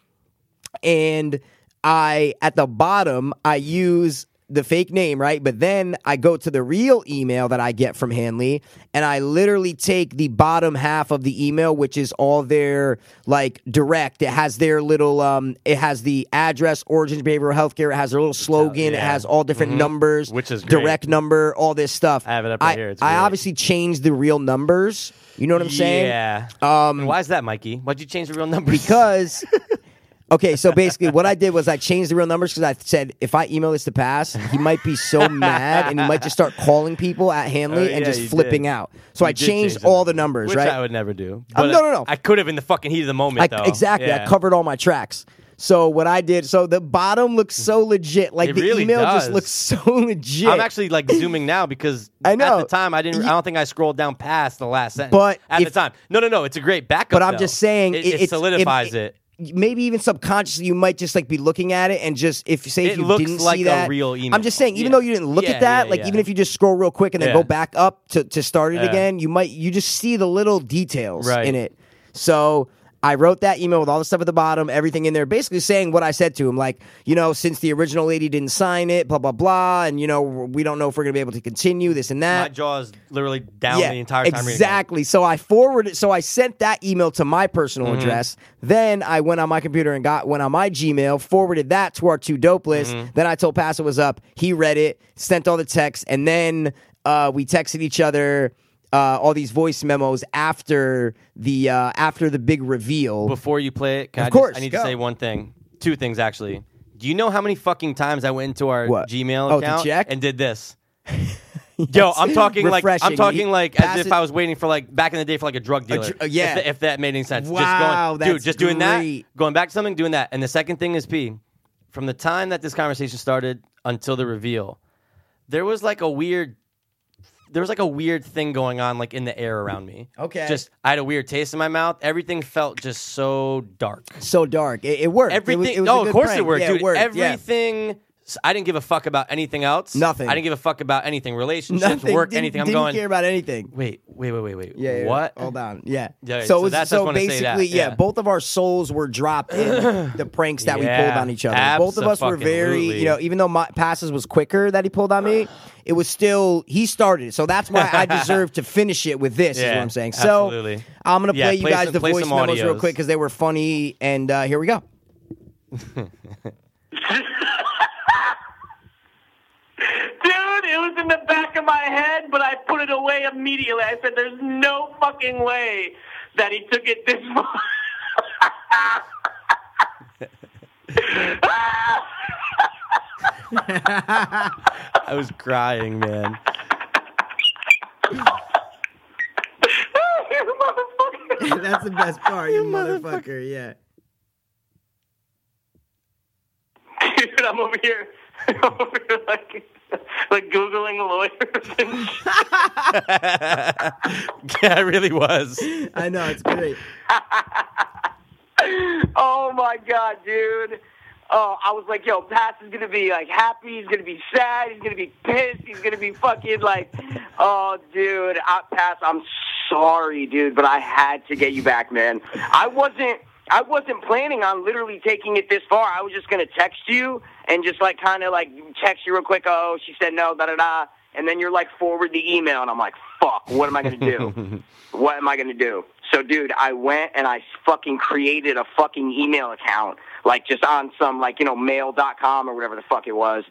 and I at the bottom I use the fake name, right? But then I go to the real email that I get from Hanley and I literally take the bottom half of the email which is all their like direct. It has their little um it has the address, origins, behavioral healthcare, it has their little slogan, it yeah. Mm-hmm. has all different numbers, Which is great. direct number, all this stuff. I have it up right here. It's I great. obviously changed the real numbers. You know what I'm saying? Yeah. Um, And why is that, Mikey? Why'd you change the real numbers? because okay so basically what i did was i changed the real numbers because i said if i email this to pass he might be so mad and he might just start calling people at hanley Oh, and yeah, just you flipping did. out so i You did changed change all the numbers which right I would never do. Um, But no, no, no. I could have in the fucking heat of the moment. I- though. exactly i Yeah. covered all my tracks so what i did so the bottom looks so legit like It the really email just does. looks so legit I'm actually like zooming now because I know. at the time I didn't. I don't think I scrolled down past the last sentence. But at if- the time, no, no, no. It's a great backup. But I'm though. just saying it, it- it's- solidifies it. maybe even subconsciously you might just like be looking at it and just if say if It you looks didn't like see a that real email. I'm just saying even Yeah. though you didn't look at Yeah, that yeah, like yeah. even if you just scroll real quick and then Yeah. go back up to to start it Yeah. again you might you just see the little details Right. in it so I wrote that email with all the stuff at the bottom, everything in there, basically saying what I said to him, like, you know, since the original lady didn't sign it, blah blah blah, and you know, we don't know if we're gonna be able to continue this and that. My jaw is literally down the entire time reading. that. Exactly. So I forwarded so I sent that email to my personal Mm-hmm. address. Then I went on my computer and got went on my Gmail, forwarded that to our two dope list. Mm-hmm. Then I told Pass it was up. He read it, sent all the texts, and then uh, we texted each other uh, all these voice memos after the uh, after the big reveal. Before you play it, can Of I, just- course, I need go. to say one thing. Two things, actually. Do you know how many fucking times I went into our What? Gmail Oh, to account check? and did this? Yo, I'm talking like I'm Refreshing. talking like Pass as if it- I was waiting for like back in the day for like a drug dealer. dr- uh, yeah. if, tha- if that made any sense. Wow, just going, that's dude, just doing great. that, going back to something, doing that. And the second thing is P. From the time that this conversation started until the reveal, there was like a weird there was like a weird thing going on like in the air around me. Okay. Just I had a weird taste in my mouth. Everything felt just so dark. so dark. It, it worked. It Everything. was, it was a oh, good of course prank. it worked, Yeah, dude. It worked. yeah. Everything. s- I didn't give a fuck about anything else. Nothing. I didn't give a fuck about anything. Relationships, Nothing. work, didn't, anything. I'm didn't going. care about anything. Wait, wait, wait, wait, wait. Yeah, Oh. yeah, What? Yeah. Hold on. Yeah. Yeah, so so it was, that's- I just so wanna say basically, that, yeah. yeah. both of our souls were dropped in the pranks that we Yeah, pulled on each other. Both of us were very, abso-fucking-lutely. you know, even though my passes was quicker that he pulled on me, it was still he started it. So that's why I deserve to finish it with this. is Yeah, what I'm saying. So absolutely. I'm gonna play Yeah, you play guys some- the play voice some memos real audios. quick because they were funny. And uh, here we go. Dude, it was in the back of my head, but I put it away immediately. I said, there's no fucking way that he took it this far. I was crying, man. you motherfucker. that's the best part, you motherfucker. Yeah. Dude, I'm over here, I'm over here like, like Googling lawyers and shit. yeah, I really was. I know it's great. oh my god, dude. Oh, I was like, yo, Pat's is gonna be like happy. He's gonna be sad. He's gonna be pissed. He's gonna be fucking like, oh, dude, I, Pat, I'm sorry, dude, but I had to get you back, man. I wasn't, I wasn't planning on literally taking it this far. I was just gonna text you and just like kind of like text you real quick. Oh, she said no, da da da, and then you're like forward the email, and I'm like, fuck, what am I gonna do? what am I going to do? So, dude, I went and I fucking created a fucking email account, like just on some, like, you know, mail.com or whatever the fuck it was.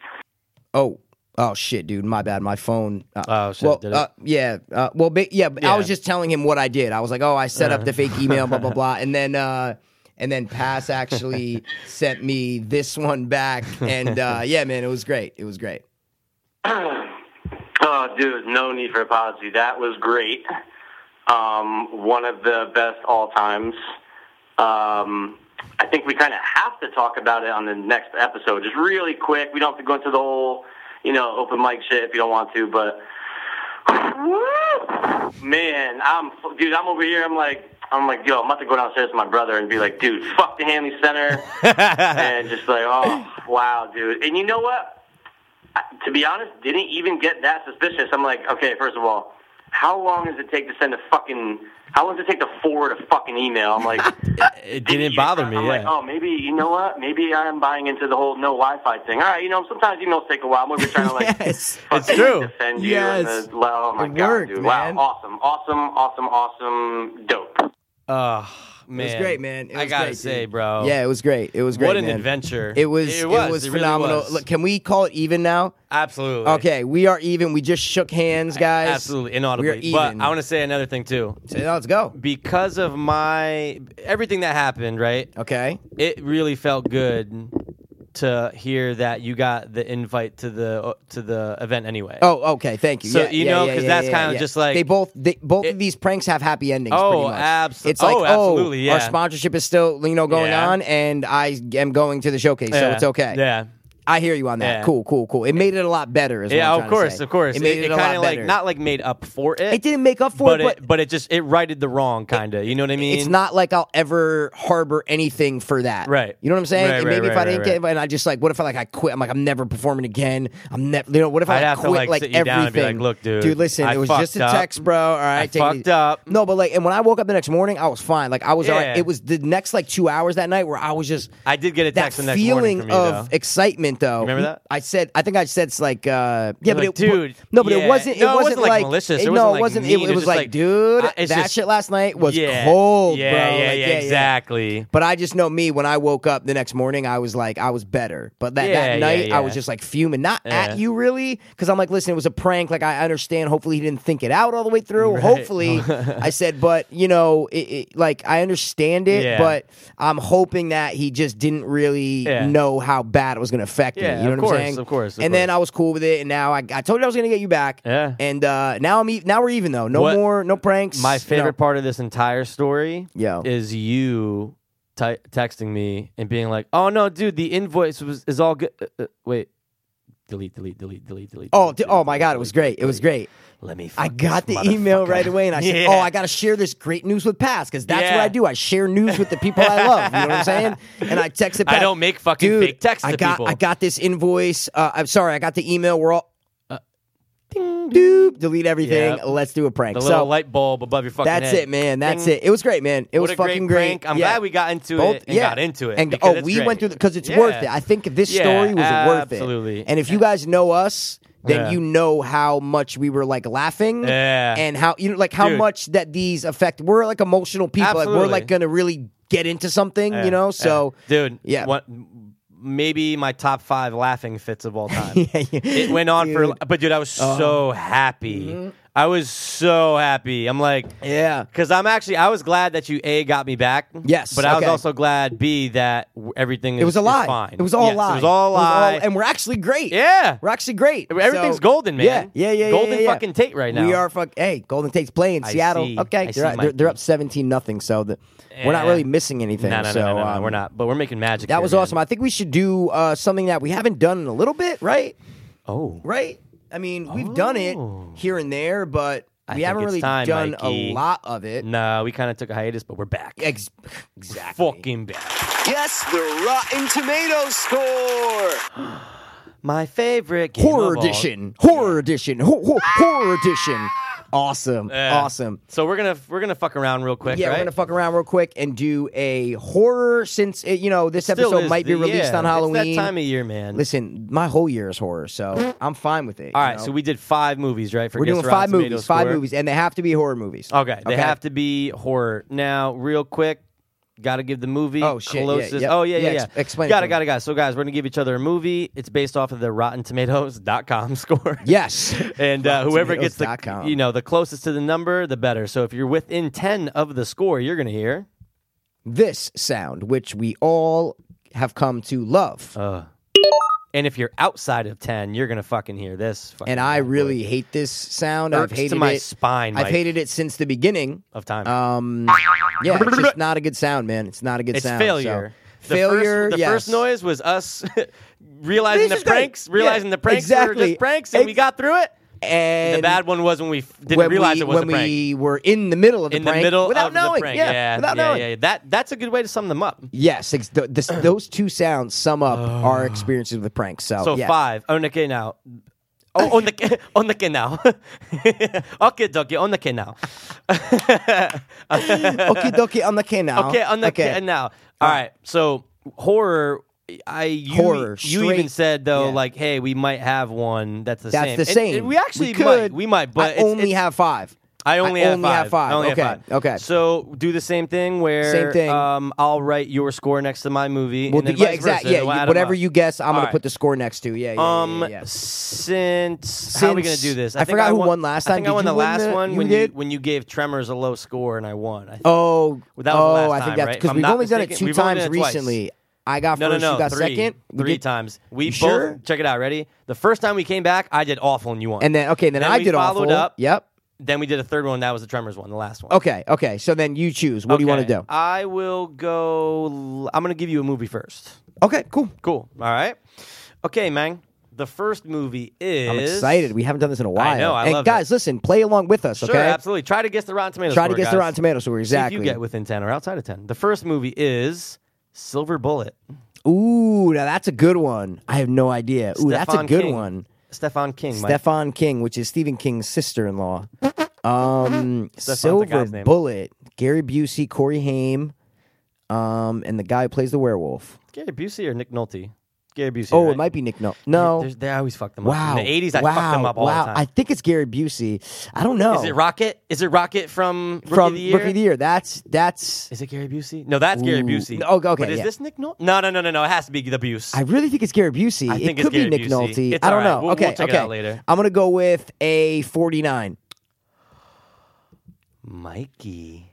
Oh, oh shit, dude. My bad. My phone. Uh, Oh, shit, Well, did it? uh, yeah. Uh, well, ba- yeah, but I Yeah. Uh. was just telling him what I did. I was like, oh, I set up the fake email, blah blah blah, and then. Uh, and then Pass actually sent me this one back, and uh, yeah, man, it was great. It was great. Oh, dude, no need for apology. That was great. Um, one of the best all times. Um, I think we kind of have to talk about it on the next episode, just really quick. We don't have to go into the whole, you know, open mic shit if you don't want to, but man, I'm dude. I'm over here. I'm like, I'm like, yo, I'm about to go downstairs to my brother and be like, dude, fuck the Hanley Center, and just like, oh wow, dude. And you know what? I- To be honest, didn't even get that suspicious. I'm like, okay, first of all, how long does it take to send a fucking? How long does it take to forward a fucking email? I'm like, It didn't bother me. I'm yeah. like, oh, maybe you know what? Maybe I'm buying into the whole no Wi-Fi thing. All right, you know, sometimes emails take a while. I'm over here trying to like Yes. It's fucking true. Defend you Yes. and the, oh my It god, worked, dude! man. Wow, awesome, awesome, awesome, awesome, dope. Oh man, great, man. It I was gotta great, dude. say, bro. Yeah, it was great. It was great. Oh. what an man. adventure. It was. It was, really phenomenal. was. Look, can we call it even now? absolutely. Okay, we are even. We just shook hands, guys. Absolutely We are inaudibly. But even. I want to say another thing too. So now let's go. Because of my everything that happened, right? Okay. It really felt good to hear that you got the invite to the uh, to the event anyway. Oh, okay. Thank you. So, yeah, you yeah, know, yeah, 'cause yeah, that's yeah, kinda yeah. just like- they both they, both of It- these pranks have happy endings. Oh, pretty much. abso- It's like oh, oh, absolutely, yeah. Our sponsorship is still you know going Yeah. on, and I am going to the showcase, so Yeah. it's okay. Yeah. I hear you on that. Yeah. Cool, cool, cool. It made it a lot better. Is what yeah, I'm of trying to course, say. of course. It made it, a lot kind of like better. not like made up for it. it didn't make up for but it, but it, but it just it righted the wrong kind of. You know what I mean? it's not like I'll ever harbor anything for that. Right. You know what I'm saying? Right, And right, maybe if right, I didn't right, get, and I just like, what if I like I quit? I'm like, I'm never performing again. I'm never, you know, what if I I'd like, have to, quit like, sit you everything? down and be like, "Look, dude, dude, listen, I it was just a fucked up. text, bro. All right, take it fucked easy." up. No, but like, and when I woke up the next morning, I was fine. Like I was all right. Yeah. It was the next like two hours that night where I was just. I did get a that text the next feeling morning from you, of though. excitement, though. Remember that? I said, I think I said it's like, uh, yeah, You're but like, it, dude, no, but it yeah. wasn't, it No, it wasn't, wasn't like, like malicious. It no, wasn't, it like, wasn't. mean. It, It was, was just like, like, dude, I- it's that just- shit last night was yeah. cold, yeah, bro. Yeah, Like, yeah, exactly. But I just know me. When I woke up the next morning, I was like, I was better. But that, Yeah, yeah, that night, I was yeah. just like fuming, not Yeah. at you really, because I'm like, listen, it was a prank. Like I understand. Hopefully, he didn't think it out all the way through. Hopefully, I said, but you know, it, it, like I understand it, Yeah. but I'm hoping that he just didn't really Yeah. know how bad it was going to affect Yeah, me. You know of what course, I'm saying? of course, of and then course. I was cool with it, and now I, I told you I was going to get you back. Yeah. And uh, now I'm e- now we're even though. No What- more no pranks. My you know. favorite part of this entire story Yo. is you ty- texting me and being like, "Oh no, dude, the invoice was is all good." Uh, uh, wait, delete, delete, delete, delete, delete. Oh, delete, d- delete, oh my delete, God! It was delete, great. It was great. delete. Let me. I fuck got this the email motherfucker. right away, and I said, Yeah. "Oh, I got to share this great news with Pass because that's Yeah. what I do. I share news with the people I love. You know what I'm saying?" And I texted. Pat, I don't make fucking Dude, fake texts I to got people." I got this invoice. Uh, I'm sorry, I got the email. We're all uh, ding, doop, delete everything. Yep. Let's do a prank. The so little light bulb above your fucking that's head. it, man. That's Ding. it. It was great, man. It What was a fucking great great. prank. I'm Yeah. glad we got into it and got into it. And because oh, it's we great. went through because it's Yeah. worth it. I think this Yeah, story was worth it. absolutely. And if you guys know us, then Yeah. you know how much we were like laughing. Yeah. And how you know like how Dude. much that these affect. We're like emotional people. Like, we're Absolutely. like gonna really get into something. You know. So yeah. dude, yeah. what, maybe my top five laughing fits of all time. Yeah, yeah. It went on for, Dude. Uh-huh. Mm-hmm. but dude, I was so happy. I was so happy. I'm like, Yeah. because I'm actually, I was glad that you a got me back. Yes, but I was okay. also glad b that w- everything It was a lie. Fine. It was all Yes, a lie. It was all a lie. and we're actually great. yeah, We're actually great. Everything's So- golden, man. Yeah, yeah, yeah. yeah, Golden yeah, yeah. fucking Tate right now. We are fuck. Hey, Golden Tate's playing I Seattle. see. Okay, I see, they're, they're, Mikey. they're up seventeen nothing. So the, we're not Yeah. really missing anything. No, no, no, so, no, no, no, um, we're not. But we're making magic. That here, was man. awesome. I think we should do uh, something that we haven't done in a little bit, right? Oh, Right. I mean, we've done it Oh. here and there, but we think haven't it's really time, done Mikey. a lot of it. nah, we kind of took a hiatus, but we're back. Ex- exactly. Fucking back. Yes, the Rotten Tomatoes score. My favorite game Horror of all- edition. Horror edition. Ho- ho- horror edition. Awesome. Yeah. Awesome. So we're gonna we're gonna fuck around real quick. Yeah, right? we're gonna fuck around real quick and do a horror since it, you know this Still episode is might be the- released yeah, on Halloween. It's that time of year, man. Listen, my whole year is horror, so I'm fine with it. All you right, know? so we did five movies, right? For we're Guess doing Rotten five movies, Tomatoes five score. movies, and they have to be horror movies. Okay, they have to be horror. Now, real quick, got to give the movie Oh, shit, yeah, closest. yep. Oh yeah, Yeah, yeah, yeah. ex- explain it Got it, to got it, got it. So guys, we're gonna give each other a movie. It's based off of the RottenTomatoes.com score. Yes. And uh, whoever gets the RottenTomatoes.com. you know the closest to the number, the better. So if you're within ten of the score, you're gonna hear. this sound, which we all have come to Oh, love, uh, And if you're outside of ten, you're gonna fucking hear this. Fucking and I bad boy. really hate this sound. I've Irks hated to my it. spine. I've Mike, Oh. hated it since the beginning. of time. Um, yeah, it's just not a good sound, man. It's not a good It's sound. so- failure. The Failure. First, the yes. first noise was us realizing This the is great. pranks, Yeah, realizing the pranks were exactly. just pranks, and we Ex- got through it. and the bad one was when we f- didn't when realize we, it was when a prank. we were in the middle of the in the prank middle without of knowing. the prank. Yeah, yeah, without yeah, knowing. yeah. That that's a good way to sum them up. Yes, ex- th- this, those two sounds sum up our experiences with pranks. So, So Oh, yeah. five on the K now. Oh, on the K- on the K now. okay, dokie, on the K now. Okay, dokie on the canal. Okay, on the K now. All right, so horror. I you, e, Horror, You straight- even said though, yeah. like, hey, we might have one that's the That's same. the And- same. and we actually could. might. We might, but I it's- only it's- have five. I only, have, five. I only okay. have five. Okay. So do the same thing where Same thing. Um, I'll write your score next to my movie. Well, and then yeah, vice exactly. versa, Yeah, and we'll you- add 'em whatever up. you guess, I'm All gonna right. put the score next to. Yeah, yeah, yeah, Um, yeah, yeah. Since, how are we gonna Since- do this? I think forgot who won, won last I think time. Did I won you the win last the- one you when did? you when you gave Tremors a low score and I won. I think. Oh, Well, that was the oh, last I think time, that's right? If because I'm we've not only done it mistaken, two we've only times done it twice. recently. I got No, first, no, no. you got three, second. We Three did- times. We You both sure? check it out. Ready? The first time we came back, I did awful and you won. and then okay, then, Then I we did followed awful. up. Yep. then we did a third one. That was the Tremors one, the last one. Okay, okay. So then you choose. What do you want Okay, to do? I will go. l- I'm going to give you a movie first. Okay, cool. Cool. All right. Okay, man. The first movie is. I'm excited. We haven't done this in a while. know, I and love guys, it. listen, play along with us, Sure, okay? absolutely. Try to guess the Rotten Tomatoes. Try to score, guess the guys. Rotten Tomato score. See Exactly. If you get within ten or outside of ten. The first movie is Silver Bullet. Ooh, now that's a good one. I have no idea. Ooh, that's a Stephen good King. one. Stefan King. Mike. Stefan King, which is Stephen King's sister-in-law. Um, Stefan's the Silver guy's name. Bullet, Gary Busey, Corey Haim, um, and the guy who plays the werewolf. Gary Busey or Nick Nolte? Gary Busey. Oh, right? it might be Nick. No, no. There's- They, always fuck them wow. up. In the eighties, I wow. fucked them up all wow. the I time. think it's Gary Busey. I don't know. Is it Rocket? Is it Rocket from Rookie from of the Year? Rookie of the Year? That's that's. Is it Gary Busey? No, that's Gary Ooh. Busey. Oh, okay, But is yeah. this Nick Nolte? No, no, no, no, no. It has to be the Buse. I really think it's Gary Busey. I think it it's could be Gary Nick Busey. Nolte. It's I don't all right. know. We'll- okay, we'll check it okay. out later. I'm gonna go with a 49. Mikey.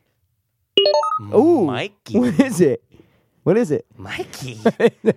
Ooh, Mikey. What is it? What is it? Mikey.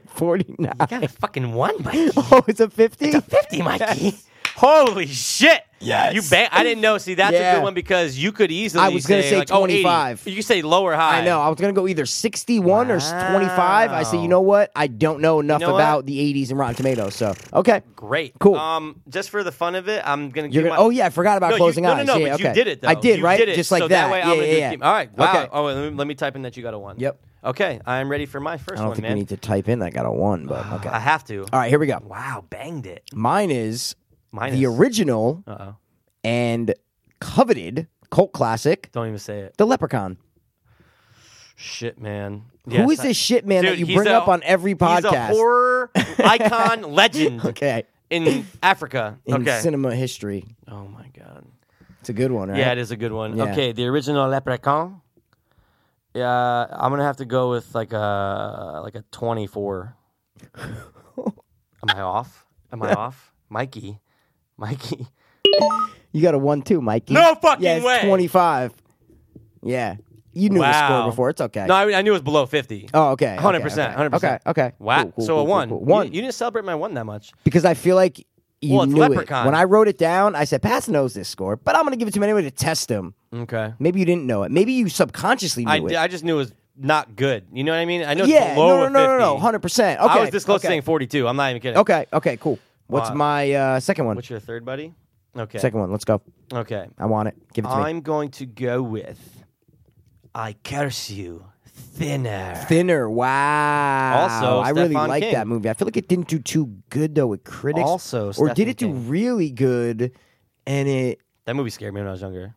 49. God, I fucking won, Mikey. Oh, it's a 50? It's a 50, Mikey. Holy shit. Yes. You bang. I didn't know. See, that's a Yeah. good one because you could easily I was gonna say like, oh, 80. 25. You could say low or high. I know. I was going to go either 61 or s- 25. I said, Wow. you know what? I don't know enough know what? about the 80s and Rotten Tomatoes. So, okay. Great. Cool. Um, just for the fun of it, I'm going to You're give gonna, my- oh, yeah. I forgot about No, you- closing no, no, eyes. No, yeah, but okay. you did it, though. I did, You right? Did it. Just like so that. way, yeah, I'm gonna yeah, do yeah. keep- All right. Wow. Okay. Oh, let me, let me type in that you got a one. Yep. Okay. I'm ready for my first I don't one, think oh, man. we need to type in that got a one, but okay. I have to. All right, here we go. Wow. Banged it. Mine is Mine the is- original Uh-oh. and coveted cult classic, Don't even say it. The Leprechaun. Shit, man. Who Yes, is I- this shit man that Dude, you he's bring a- up on every He's a podcast? horror icon legend okay. in Africa. In okay. cinema history. oh my god. It's a good one, right? Yeah, it is a good one. Yeah. Okay, the original Leprechaun. Yeah, I'm gonna have to go with like a like a 24. Am I off? Am I off? Mikey, Mikey. You got a one too, Mikey. No fucking yeah, it's way. Twenty five. Yeah, you knew the Wow. score before. It's okay. No, I, I knew it was below 50. oh, okay. okay, 100%, okay. 100%. Okay. Okay. Wow. Cool, cool, so a cool, cool, one. cool. You- One. You, didn't celebrate my one that much. because I feel like you Well, it's knew Leprechaun. it when I wrote it down. I said Pass knows this score, but I'm gonna give it to him anyway to test him. Okay. Maybe you didn't know it. Maybe you subconsciously knew I, it. I just knew it was not good. You know what I mean? I know yeah. it's no. No. below a No. No. 50. No. Hundred percent. Okay. I was this close okay. to saying 42. I'm not even kidding. Okay. Okay. Cool. What's Wow. my uh, second one? What's your third, buddy? Okay. Second one. Let's go. Okay. I want it. Give it to me. I'm going to go with I curse you thinner. Thinner. Wow. Also, I really Stephen like King. that movie. I feel like it didn't do too good though with critics. Also, or did Stephen it do King. really good? And it, That movie scared me when I was younger.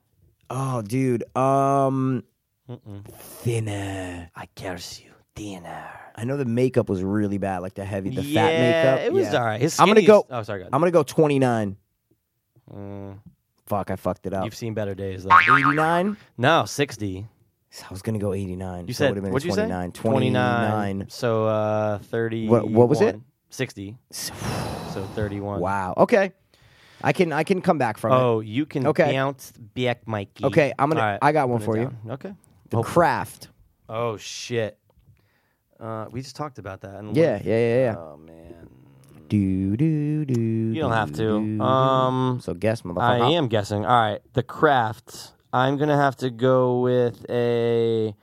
oh, dude, um, Mm-mm. thinner. I curse you thinner. I know the makeup was really bad, like the heavy, the yeah, fat makeup. it was Yeah. all right. His I'm gonna skinny go- is- Oh, sorry. Go I'm gonna go 29. ahead. Mm, Fuck, I fucked it up. You've seen better days. Though. 89. No, sixty. I was gonna go 89. You so it said would have been what'd you say? 29. 29. So uh, thirty. what was it? Sixty. So thirty-one. Wow. Okay. I can I can come back from it. Oh, you can Okay. bounce back, Mikey. Okay, I'm gonna- All right, I got put one it for you. down. Okay. The Oh, craft. Oh shit. Uh, we just talked about that. And Yeah, yeah, yeah, yeah. Oh man. do do do. You don't have to. Um. Um, So guess, motherfucker. I am guessing. All right, the craft. I'm gonna have to go with a.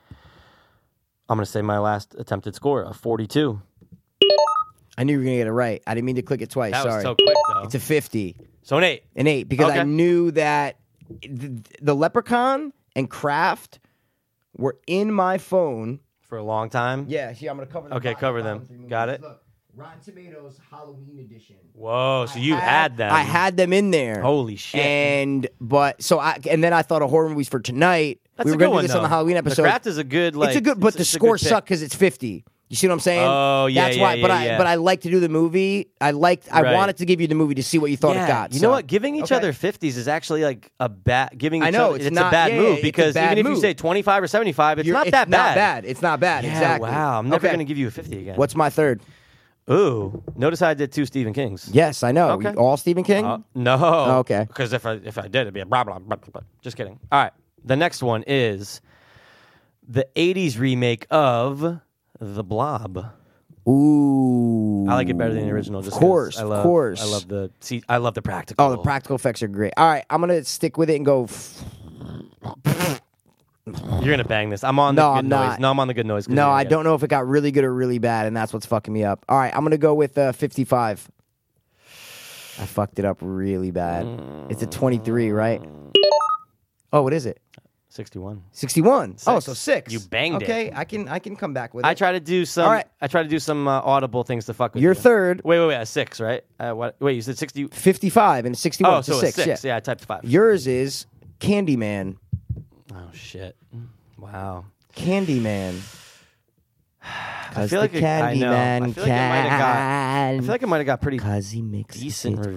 I'm gonna say my last attempted score a 42. I knew you were gonna get it right. I didn't mean to click it twice. That Sorry. was so quick though. it's a 50. so an eight. an eight because I Okay. knew that the, the Leprechaun and Kraft were in my phone. for a long time. Yeah, see, I'm gonna cover. Okay, cover them. Got it. Rotten Tomatoes Halloween edition. Whoa. So you had that. I had them in there. Holy shit. And but so I and then I thought of horror movies for tonight. That's we a were good gonna one, do this on the though. Halloween episode. The craft is a good like. it's a good, but the it's a score good pick. sucked because it's 50. You see what I'm saying? Oh, yeah, That's yeah, why. but yeah, I yeah. but I like to do the movie. I liked. I Right. wanted to give you the movie to see what you thought Yeah. it got. You so. know what? Giving each Okay. other 50s is actually like a bad. Giving each I know, other, it's it's, not- a bad yeah, yeah, move it's a because bad even if move. you say 25 or 75, it's You're- not that Not bad. It's not bad. Yeah, exactly. Wow. I'm never Okay. gonna give you a 50 again. What's my third? Ooh. Notice I did two Stephen Kings. Yes, I know. Okay. You- All Stephen King. Uh, no. Oh, okay. Because if I if I did, it'd be a blah blah blah. blah, blah. Just kidding. All right. The next one is the '80s remake of The Blob. Ooh. I like it better than the original. Just Of 'cause course. I love, of course. I love the see, I love the practical. Oh, the practical effects are great. All right, I'm gonna stick with it and go. f- You're gonna bang this. I'm on No, the good I'm noise. not. No, I'm on the good noise. 'cause No, you're I good. don't know if it got really good or really bad, and that's what's fucking me up. All right, I'm gonna go with uh, 55. I fucked it up really bad. It's a 23, right? Oh, what is it? 61. 61. Oh, so Six. six. You banged it. okay, I can I can come back with it. I try to do some. All right. I try to do some uh, audible things to fuck with Your you. third, Wait, wait, wait. A six, right? Uh, what? Wait, you said sixty. 55 and 61. Oh, so six. a six. Yeah. Yeah, I typed five. Yours is Candyman. oh shit! Wow. Candyman. I Cause feel like the it- I know. I Candyman feel like it might have got- I can. feel like it might have got pretty. Cause he makes the decent kids with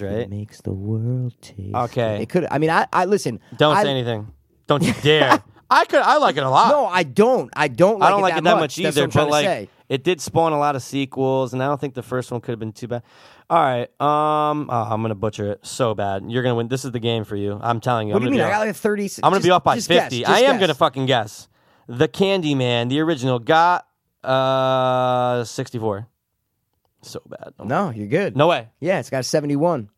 love that right? Makes the world taste. Okay. It could. I mean, I. I listen. Don't I, say anything. Don't you dare. I could. I like it a lot. No, I don't. I don't. Like I don't it like that it that much, That's either. what I'm But trying like, to say. it did spawn a lot of sequels, and I don't think the first one could have been too bad. All right, um, oh, I'm gonna butcher it so bad. You're gonna win. This is the game for you. I'm telling you. what I'm do you gonna mean? be I off. got like thirty. I'm gonna be off by 50. I am going gonna fucking guess. The Candy Man, the original, got uh 64. So bad. No, you're good. No way. Yeah, it's got a 71.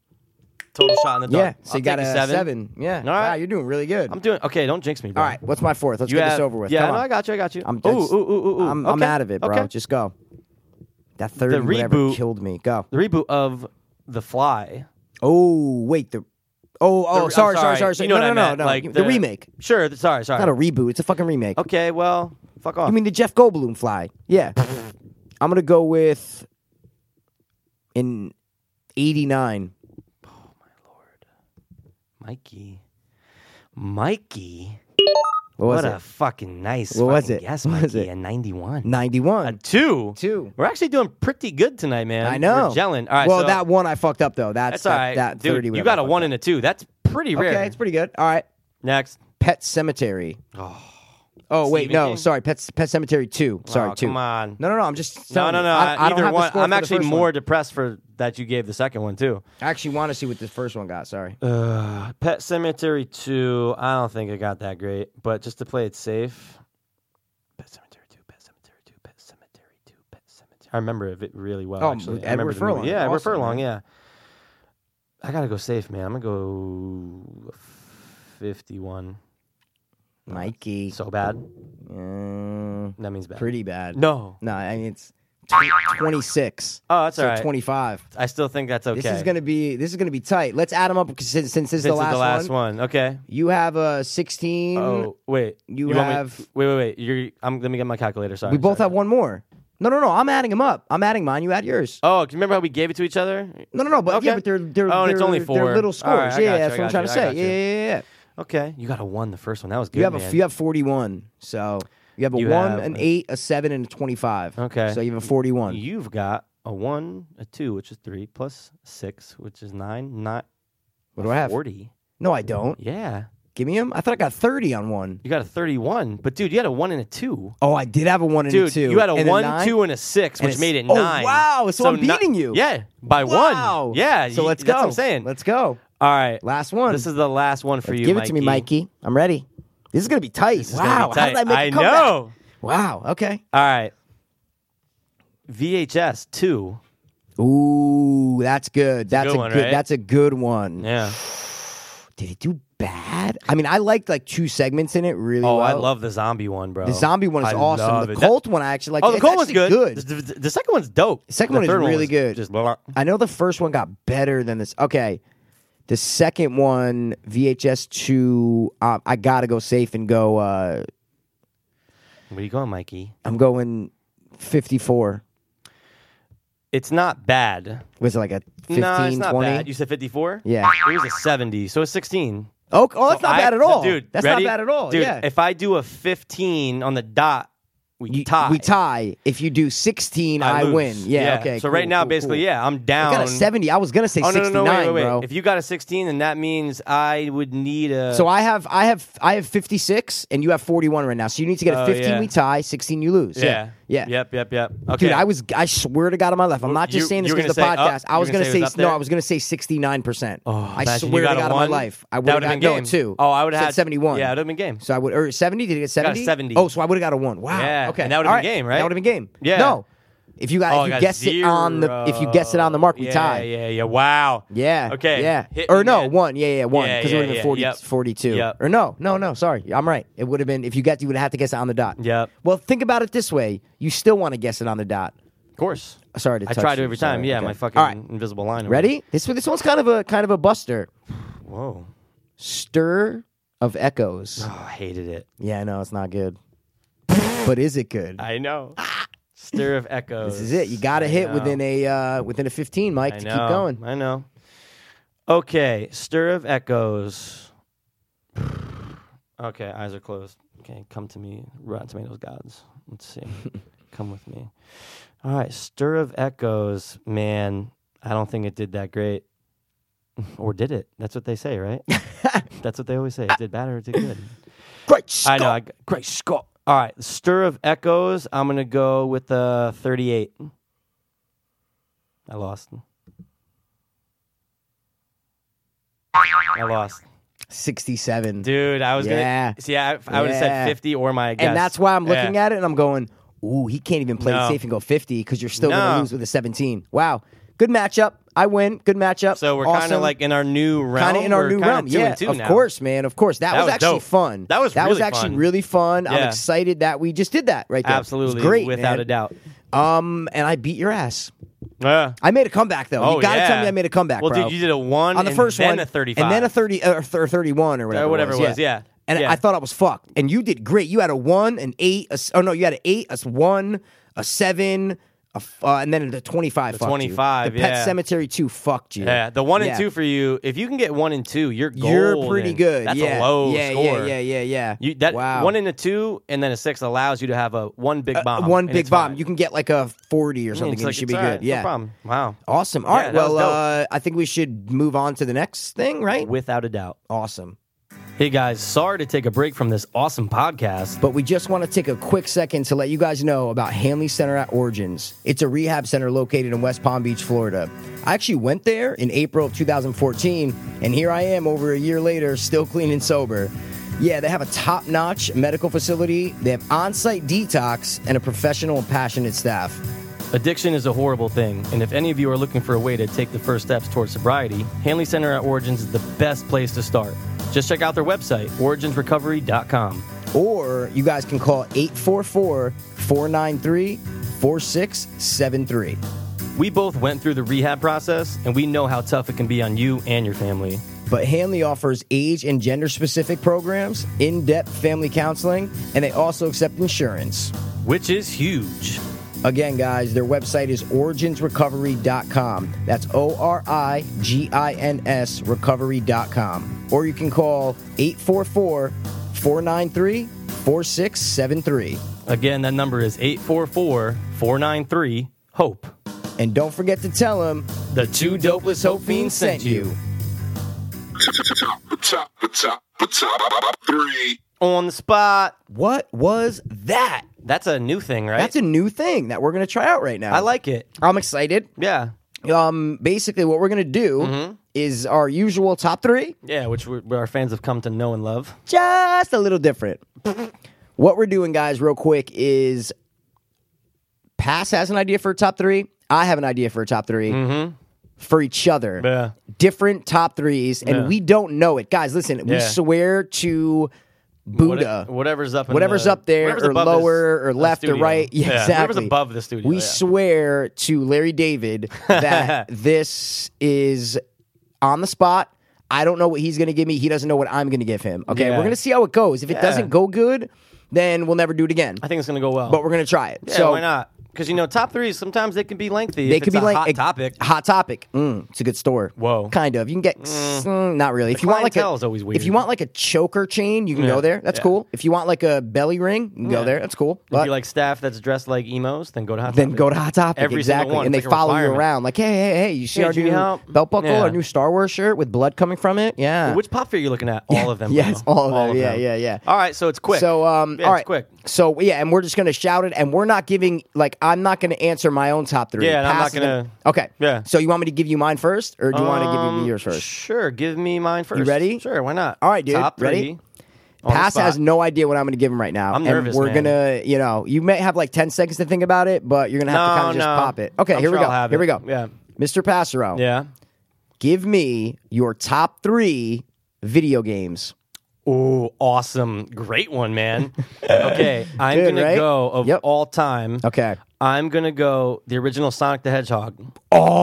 Total shot in the Yeah, dark. so you I'll got take a seven. Yeah. All right. Wow, you're doing really good. I'm doing okay. Don't jinx me, bro. All right, what's my fourth? Let's You get have, this over with. Yeah, Come no, on. I got you. I got you. I'm ooh, done. ooh, ooh, ooh, ooh. I'm, I'm Okay, out of it, bro. okay. Just go. That third whatever reboot- killed me. Go. the reboot of The Fly. Oh wait, the oh The- oh I'm sorry, sorry sorry sorry You know no what no I no meant, no Like the, remake. Sure. th- Sorry. Sorry. Not a reboot. It's a fucking remake. okay. Well, fuck off. You mean the Jeff Goldblum fly? Yeah. I'm gonna go with in '89. Mikey? Mikey. What was what a it? fucking nice. What was fucking it? Yes, What Mikey. was it? A ninety-one. '91. A two. Two. We're actually doing pretty good tonight, man. I know. We're gelling. All right. Well, so that one I fucked up though. That's, that's that, all right, That dude. 30 you whatever got a I fucked one and a two. That's pretty up. rare. Okay, it's pretty good. All right. Next. Pet Cemetery. Oh. Oh wait, Stephen no, King? sorry. Pet Pet Cemetery two. Sorry, Oh, two. Come on. No, no, no. I'm just No, telling no, you. no. uh, I, I don't either have the one. score I'm for the actually first more one. depressed for that you gave the second one too. I actually want to see what the first one got. Sorry. Uh, Pet Cemetery 2, I don't think it got that great, but just to play it safe. Pet Cemetery 2, Pet Cemetery 2, Pet Cemetery 2, Pet Cemetery. I remember it really well. Oh, actually. with I remember Edward the movie. Furlong. Yeah, Edward Awesome, Furlong, man. yeah. I got to go safe, man. I'm going to go 51. Mikey. So bad. Mm, That means bad. pretty bad. No. No, I mean it's tw- 26. Oh, that's so all right. 25. I still think that's okay. This is gonna be this is gonna be tight. Let's add them up because since, since this is This the last, the last one. one. Okay. You have a 16. Oh, wait. You want me- have- Wait, wait, wait. You're, I'm, let me get my calculator. Sorry. we both sorry. have one more. No, no, no. I'm adding them up. I'm adding mine. You add yours. Oh, do you remember how we gave it to each other? no, no, no. But yeah, okay. but they're they're Oh, and they're, it's only they're four. little All scores. right, I yeah, got that's what you, I'm I trying to got say. you, I got Yeah, yeah, yeah, yeah. Okay, you got a one the first one. That was good. You have man. a you have 41. So you have a You one, have an a- eight, a seven, and a 25. Okay. So you have a 41. You've got a one, a two, which is three, plus six, which is nine, not what do I have? forty. No, I don't. Yeah, Give me them. I thought I got 30 on one. you got a thirty-one. But dude, you had a one and a two. Oh, I did have a one and Dude, a two. you had a and one, nine. two, and a six, And which a made s- it oh, nine. wow, so I'm not- beating you. Yeah, by Wow. one. Yeah. So you- let's go. That's what I'm saying. Let's go. All right. Last one. This is the last one for you. Give it to me, Mikey. I'm ready. This is gonna be tight. This is gonna be wow. How did I tight. make a I comeback? know. Wow. Okay. All right. VHS two. Ooh, that's good. That's a good good. one, right? That's a good one. Yeah. Did it do bad? I mean, I liked like two segments in it really Oh, well. I love the zombie one, bro. the zombie one. Is I love awesome. The it. cult one I actually like. oh, the It's cold one's actually good. The, the- the second one's dope. The second one is third really was good. Just blah, blah. I know the first one got better than this. Okay. The second one, VHS 2, uh, I got to go safe and go. Uh, Where you going, Mikey? I'm going 54. It's not bad. Was it like a 15, no, it's not 20? bad. You said 54? Yeah. It was a 70, so it's 16. Oh, oh, that's So not I- bad at all. Dude, that's ready? not bad at all. Dude, yeah. if I do a 15 on the dot, we You- tie. We tie. If you do 16, I, lose. win. Yeah, okay. So cool, right now, cool, basically, cool. yeah, I'm I down. got a 70. I was going to say Oh, no, no, 69, no, wait, wait, wait. bro. If you uh, got a 16, then that means I would need a. So I have I have I have 56 and you have 41 right now. So you need to get a Oh, 15 yeah. we tie, 16 you lose. yeah. Yeah. Yep, yep, yep. Okay. Dude, I was I swear to God on my life. I'm not just You- saying this you were because of the gonna say podcast. up? I You was were gonna gonna say it say was up no, there? I was gonna say sixty nine percent. I imagine you swear to got God a on my one. life. I That would have would've got been no a game. two. Oh, I would've Said had- seventy one. yeah, it would've been game. So I would or seventy, did it get got a seventy? 70. Oh, so I would have got a one. Wow. Yeah, Okay. and that would've All been game, right? That would have been game. Yeah. No. If you got, Oh, I if you got guess it on the, if you guess it on the mark, we yeah, tie. Yeah, yeah, wow. Yeah. Okay. Yeah. hit Or me no, then. one. Yeah, yeah, one. Yeah, Because yeah, it would have been yeah, 40, yep. 42. Yep. Or no, no, no. Sorry, I'm right. It would have been if you got, you would have to guess it on the dot. Yep. Well, think about it this way: you still want to guess it on the dot. Of course. Sorry to I touch try to you. every time. Sorry. Yeah, Okay. my fucking All right. invisible line. over Ready? This this one's kind of a kind of a buster. there. Whoa. Stir of echoes. Oh, I hated it. yeah, I know it's not good, but is it good? I know. Stir of echoes. this is it. You got to I hit know. within a uh, within a 15, Mike, I to know. keep going. I know. Okay, stir of echoes. Okay, eyes are closed. Okay, come to me, Rotten Tomatoes gods. Let's see. come with me. All right, stir of echoes. Man, I don't think it did that great. or did it? That's what they say, right? That's what they always say. It did bad or it did good. Great I Scott. know. I, g- great Scott. All right, stir of echoes. I'm gonna go with the 38. I lost. I lost, 67. dude. I was Yeah. gonna. See, I, I would have Yeah. said 50 or my guess. And that's why I'm looking Yeah. at it and I'm going, ooh, he can't even play it No. safe and go 50 because you're still going to No. lose with a 17. Wow. Good matchup. I win. Good matchup. So we're kind Awesome. of like in our new realm. Kinda in our We're new kinda realm. two yeah, and two of now. course, man. Of course. That, That was, was actually dope. fun. That was that was really actually fun. really fun. I'm Yeah. excited that we just did that right there. It was Absolutely, great, without man. a doubt. Um, and I beat your ass. Yeah. I made a comeback though. Oh, you gotta yeah. tell me I made a comeback. Well, bro. dude, you did a one on the and first then one, a 35. and then a thirty or, th- or thirty-one or whatever, whatever it it was. was, yeah. And Yeah. I thought I was fucked, and you did great. You had a one, an eight, a s oh no, you had an eight, a s- one, a seven, a f- uh, and then the twenty-five. fucked you. 25, The Pet yeah. Cemetery two fucked you. Yeah, the one and Yeah. two for you. If you can get one and two, you're golden. You're pretty good. That's yeah. a low yeah, score. Yeah, yeah, yeah, yeah. You, that wow. one and a two, and then a six allows you to have a one big Uh, bomb. one and big it's bomb. fine. Mm, You can get like a forty or It's something. and like, it should it's be all good. right, no yeah. problem. Wow. Awesome. All Yeah, right. that was well, dope. uh, I think we should move on to the next thing, right? Without a doubt. Awesome. Hey guys, sorry to take a break from this awesome podcast. But we just want to take a quick second to let you guys know about Hanley Center at Origins. It's a rehab center located in West Palm Beach, Florida. I actually went there in April of 2014, and here I am over a year later, still clean and sober. Yeah, they have a top notch medical facility, they have on site detox, and a professional and passionate staff. Addiction is a horrible thing, and if any of you are looking for a way to take the first steps towards sobriety, Hanley Center at Origins is the best place to start. Just check out their website, originsrecovery.com. Or you guys can call 844 493 4673. We both went through the rehab process, and we know how tough it can be on you and your family. But Hanley offers age and gender specific programs, in depth family counseling, and they also accept insurance. which is huge. Again, guys, their website is originsrecovery.com. That's O R I G I N S recovery.com. Or you can call 844 493 4673. Again, that number is 844 493 HOPE. And don't forget to tell them The two dopeless Hope Fiends sent you. top, the top, the top three. On the spot. What was that? That's a new thing, right? That's a new thing that we're going to try out right now. I like it. I'm excited. Yeah. um basically what we're gonna do Mm-hmm. is our usual top three Yeah, which we our fans have come to know and love. just a little different what we're doing guys real quick is pass has an idea for a top three i have an idea for a top 3 for each other Mm-hmm. Yeah. different top threes and Yeah. we don't know it guys listen we Yeah. swear to buddha What- uh, whatever's up in whatever's the- up there whatever's or above this- lower or the left or studio. right. Yeah, exactly. Whatever's above the studio. We yeah. swear to Larry David that this is on the spot. I don't know what he's going to give me. He doesn't know what I'm going to give him. Okay, Yeah. we're going to see how it goes. If it doesn't go good, then we'll never do it again. I think it's going to go well. But we're going to try it. yeah, so why not? Because, you know, top threes, sometimes they can be lengthy. They if could be it's a like hot a- topic. Hot topic. Mm, it's a good store. Whoa. Kind of. You can get mm, not really. If you want like a, clientele is always If you weird. want like a choker chain, you can go there. That's Yeah. cool. If you want like a belly ring, you can go there. That's cool. If But you like staff that's dressed like emos, then go to Hot then Topic. go to Hot Topic. Every single exactly. one. And they It's like a follow you requirement. around. Like, hey, hey, hey, you see Hey, our do you new need help? belt buckle, Yeah. our new Star Wars shirt with blood coming from it? Yeah. Which pop figure are you looking at? All of them. Yes, bro. all of them. Yeah, yeah, yeah. All right, so it's quick. So um yeah, all it's right. quick. So yeah, and we're just gonna shout it and we're not giving like I'm not gonna answer my own top three. Yeah, and I'm not Pass it gonna- to- Okay. Yeah. So you want me to give you mine first or do you want to give Um, me yours first? Sure, give me mine first. ready? Sure, why not? All right, dude. Top Ready? three. On the Pass spot. has no idea what I'm going to give him right now. I'm and nervous, We're man. gonna, you know, you may have like ten seconds to think about it, but you're gonna have to No, kind of just no. pop it. Okay, I'm here sure we go. I'll have here it. we go. Yeah. Mr. Passero, Yeah. give me your top three video games. Oh, awesome. Great one, man. okay. I'm Good, going right? to go of Yep. all time. Okay. I'm going to go the original Sonic the Hedgehog.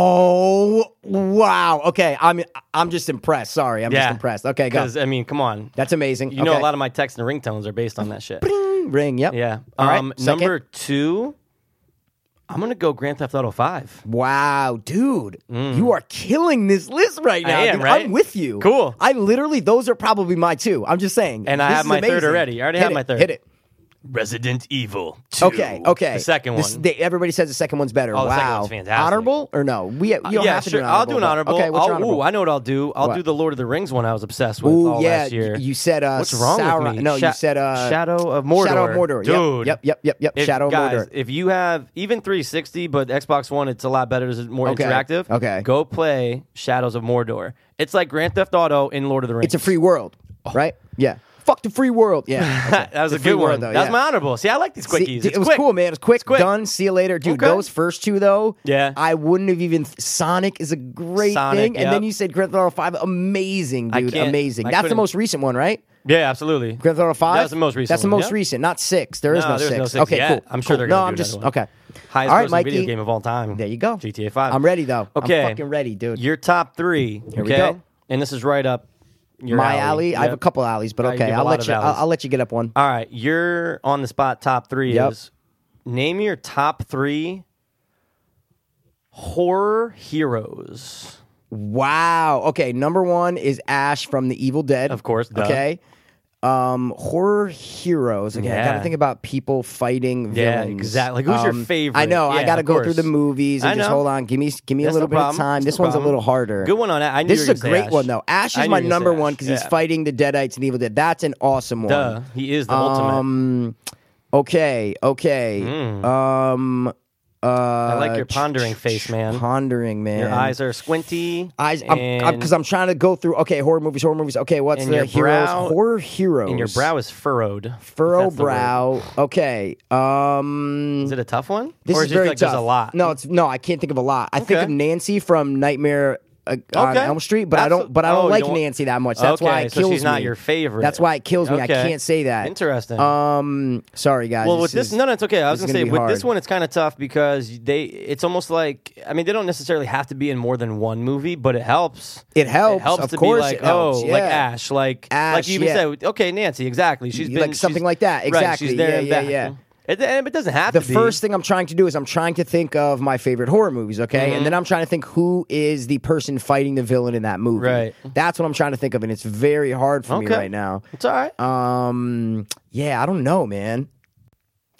Oh wow. Okay. I'm I'm just impressed. Sorry, I'm yeah. just impressed. Okay, go. Because, I mean, come on. That's amazing. You know, a lot of my text and ringtones are based on that shit. of ring. Yep. Yeah. All right, um, second. Number two, I'm going to go Grand Theft Auto 5. Wow, dude, you are killing this list right now. Mm. I am, dude. right? I'm with you. Cool. I literally, those are probably my two. I'm just saying. And I this have is my third amazing. already. I already Hit have it, my third. Hit it. Resident Evil 2. Okay. Okay. The second This- one. they- everybody says the second one's better. wow. Oh, the second one's fantastic. Uh, Honorable or no? We. You don't yeah, have to sure. do an I'll do an but- honorable. Okay. What's I'll, your Ooh, honorable? I know what I'll do. I'll What? do the Lord of the Rings one I was obsessed with Ooh, all yeah. last year. y- You said. Uh, What's wrong Sauron. with me? No, Sha- you said. Uh, Shadow of Mordor. Shadow of Mordor. Yep, Dude. Yep. Yep. Yep. Yep. If- Shadow of guys, Mordor. If you have even 360, but Xbox One, it's a lot better. It's more Okay, interactive. okay. Go play Shadows of Mordor. It's like Grand Theft Auto in Lord of the Rings. It's a free world, Oh. right? Yeah. Fuck the free world. Yeah. okay. that was It's a free good one. world, though, That was yeah. my honorable. See, I like these quickies. See, It's it was quick. cool, man. It was quick, quick. done. See you later, dude. Okay. Those first two, though, Yeah. I wouldn't have even. Sonic is a great Sonic, thing, and then yep. you said Grand Theft Auto Five, amazing, I dude, can't- amazing. I That's the couldn't- most recent one, right? Yeah, absolutely. Grand Theft Auto Five. was the most recent That's the one, most yeah. recent, not six. There is No, no, there's six. no six Okay, yet. cool. I'm sure they're cool. gonna No, do I'm just another one. okay. Highest All right, grossing Mikey. video game of all time. There you go. GTA 5. I'm ready though. I'm Okay. fucking ready, dude. Your top three. Here we okay? go. And this is right up your my alley. I have a Yep. couple alleys, but Yeah, you okay, have a I'll lot let of you. I'll, alleys. I'll let you get up one. All right, your on the spot top three Yep. is name your top three horror heroes. Wow. Okay. Number one is Ash from The Evil Dead. Of course, duh. Okay. Um, horror heroes. Okay, I Yeah. gotta think about people fighting Yeah, villains. exactly. Who's your Um, favorite? I know. I Yeah, gotta of go through course. the movies and I just know. hold on. Give me give me That's a little no bit of problem. time. That's this no one's a problem. little harder. Good one on that. I knew This you is were a gonna say great Ash. one though. Ash I is knew my you were gonna say number one Ash. because he's Yeah. fighting the Deadites and Evil Dead. That's an awesome Duh, one. he is the ultimate. Um. Okay. Okay. Um. Uh, I Mm, like your pondering face, man. Pondering, man. Your eyes are squinty. Eyes, because I'm, I'm, 'cause I'm trying to go through. Okay, horror movies, horror movies. Okay, what's And the your heroes? brow- horror heroes. and your brow is furrowed. if furrow that's the word. brow. Okay. Um, Is it a tough one? this or is is it very like tough. there's a lot? No, it's no. I can't think of a lot. I think Okay. of Nancy from Nightmare uh, on Okay. Elm Street, but I Absol- don't. But I Oh, don't you like don't- Nancy that much. That's okay, why it so kills she's not me. your favorite. That's why it kills me. I Okay. can't say that. Interesting. Um, sorry guys. Well, with this, is- no, no, it's okay. I was this gonna is say be with this hard. one, it's kind of tough because they, it's almost like, I mean, they don't necessarily have to be in more than one movie, but it helps. It helps, It helps of to course be like, it helps, oh, like yeah. Ash, like Ash, like you even yeah. said, okay, Nancy, exactly. She's You been like something she's- like that, Right, exactly. she's there Yeah, and yeah, back. yeah. It, and it doesn't have the to be. first thing I'm trying to do is I'm trying to think of my favorite horror movies, okay? Mm-hmm. And then I'm trying to think who is the person fighting the villain in that movie. Right. That's what I'm trying to think of, and it's very hard for me Okay. right now. It's all right. Um, yeah, I don't know, man.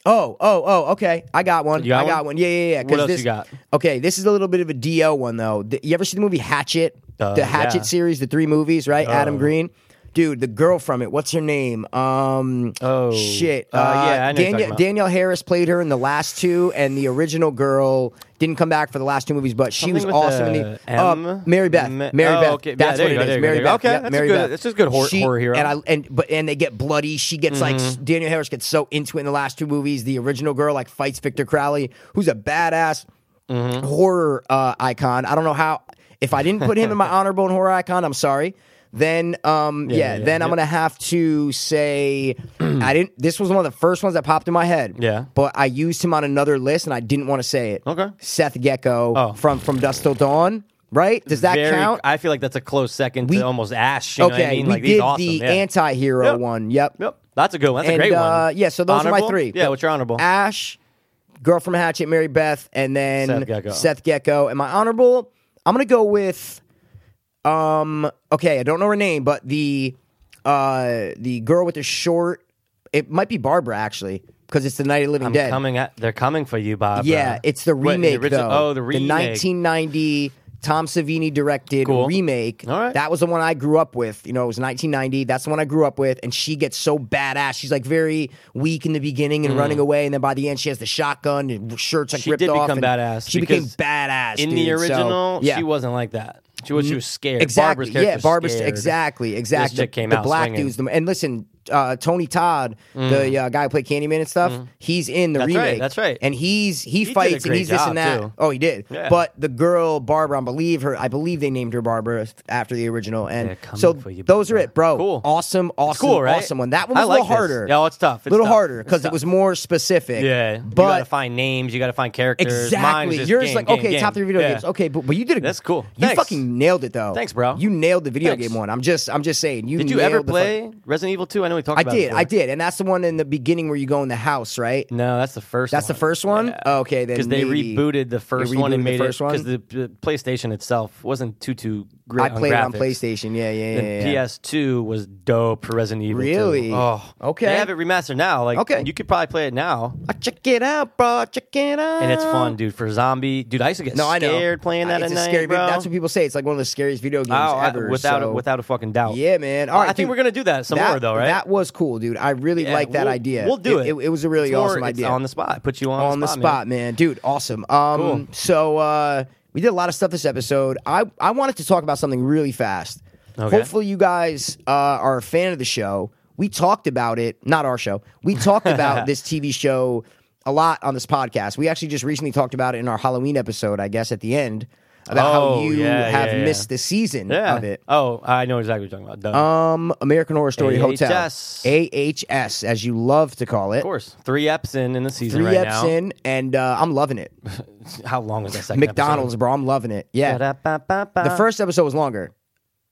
Oh, oh, oh, okay. I got one. You got I got one. one? Yeah, yeah, yeah. 'cause What else this, you got? Okay, this is a little bit of a DO one though. Th- you ever see the movie Hatchet? Uh, the Hatchet yeah. series, the three movies, right? Adam Oh. Green. Dude, the girl from it. What's her name? Um, Oh. shit. Uh, yeah, I know you're talking Danielle, about. Danielle Harris played her in the last two, and the original girl didn't come back for the last two movies, but she was Something with awesome. a in the, M? uh, Mary Beth. M- Mary oh, Beth. okay. Yeah, That's there what you it go, is. there you Mary go. Beth. Okay, Yep, that's a Mary good- Beth. that's a good hor- She- horror hero. Mm-hmm. And I and but and they get bloody. She gets like Daniel Harris gets so into it in the last two movies. The original girl like fights Victor Crowley, who's a badass Mm-hmm. horror uh, icon. I don't know how. If I didn't put him in my honorable and horror icon, I'm sorry. Then, um, yeah, yeah, yeah. then I'm Yep. gonna have to say I didn't. This was one of the first ones that popped in my head. Yeah. but I used him on another list, and I didn't want to say it. Okay. Seth Gecko Oh. from From Dust Till Dawn. Right? Does that Very- count? I feel like that's a close second We- to almost Ash. You know what I mean? we like, did he's awesome. the yeah. anti-hero Yep. one. Yep. Yep, that's a good one. That's and a great uh, one. yeah, so those are my Honorable? three. Yeah, what's your honorable? Ash, girl from Hatchet, Mary Beth, and then Seth Gecko. Seth Gecko. And my honorable, I'm gonna go with, um, okay, I don't know her name, but the, uh, the girl with the short. It might be Barbara actually, because it's the Night of the Living I'm Dead. coming at, they're coming for you, Bob. Yeah, it's the What, the remake original- though. oh, the the remake. 1990 Tom Savini directed Cool. remake. All right. That was the one I grew up with. You know, it was 1990. That's the one I grew up with. And she gets so badass. She's like very weak in the beginning and running away, and then by the end she has the shotgun and shirts like Mm. She ripped did off. become and badass She became because badass in dude, the so, original, yeah. she wasn't like that. She was she was scared. Exactly. Barbara's character yeah, Barbara's scared. exactly, exactly. chick came the out black swinging. Mm. dude's the and listen, uh, Tony Todd, the uh, guy who played Candyman and stuff, he's in the Mm-hmm. That's right, remake. that's right. And he's he, did a fights and great he's this job, and that. too. Oh, he did. Yeah. But the girl Barbara, I believe her. I believe they named her Barbara after the original. They're And coming so for you, those are Barbara. it, bro. Cool. Awesome, awesome, cool, right? awesome one. That one I was a like little this. harder. No, it's tough. A It's little tough. harder It's because it tough. was more specific. Yeah, you but gotta find names. You gotta find characters. Mine Exactly. was just Yours game, like game, okay, game. top three video Yeah. games. Okay, but, but you did a, That's cool. You Thanks. fucking nailed it though. Thanks, bro. You nailed the video Thanks. game one. I'm just I'm just saying. You Did you nailed ever the fuck- play Resident Evil Two? I know we talked. I about did, It I before. did, and that's the one in the beginning where you go in the house, right? No, that's the first. That's the one. first one? Oh, okay, then because they maybe- rebooted the first one rebooted and the made first it one? because the, the PlayStation itself wasn't too too I great. played it on graphics. PlayStation. Yeah, yeah, yeah. And yeah. PS2 was dope for Resident Evil. 2. Really? Oh, Okay. They have it remastered now. Like, Okay. you could probably play it now, Ah, check it out, bro. Check it out. and it's fun, dude. For zombie, dude, I used to get No, I know. scared playing that it's at a night, scary, bro. That's what people say. It's like one of the scariest video games Oh, I- ever. without a, so- without a fucking doubt. Yeah, man. All Well, right, I think dude. we're gonna do that some That- more though, right? That was cool, dude. I really Yeah, like that we'll- idea. We'll do it. It, was a really It's more- awesome it's idea. on the spot. Put you on, on the man. spot, man. Dude, awesome. Um, Cool. So uh, we did a lot of stuff this episode. I, I wanted to talk about something really fast. Okay. Hopefully, you guys uh, are a fan of the show. We talked about it, not our show. We talked about this TV show a lot on this podcast. We actually just recently talked about it in our Halloween episode, I guess, at the end about Oh, how you yeah, have yeah, yeah. missed the season Yeah. of it. Oh, I know exactly what you're talking about. Duh. Um, American Horror Story AHS. Hotel, AHS, as you love to call it. of course, three eps in in the season Three right eps in, and uh, I'm loving it. now. How long was that second? McDonald's, bro. I'm loving it. Yeah. Episode? Ba-da-ba-ba-ba. The first episode was longer.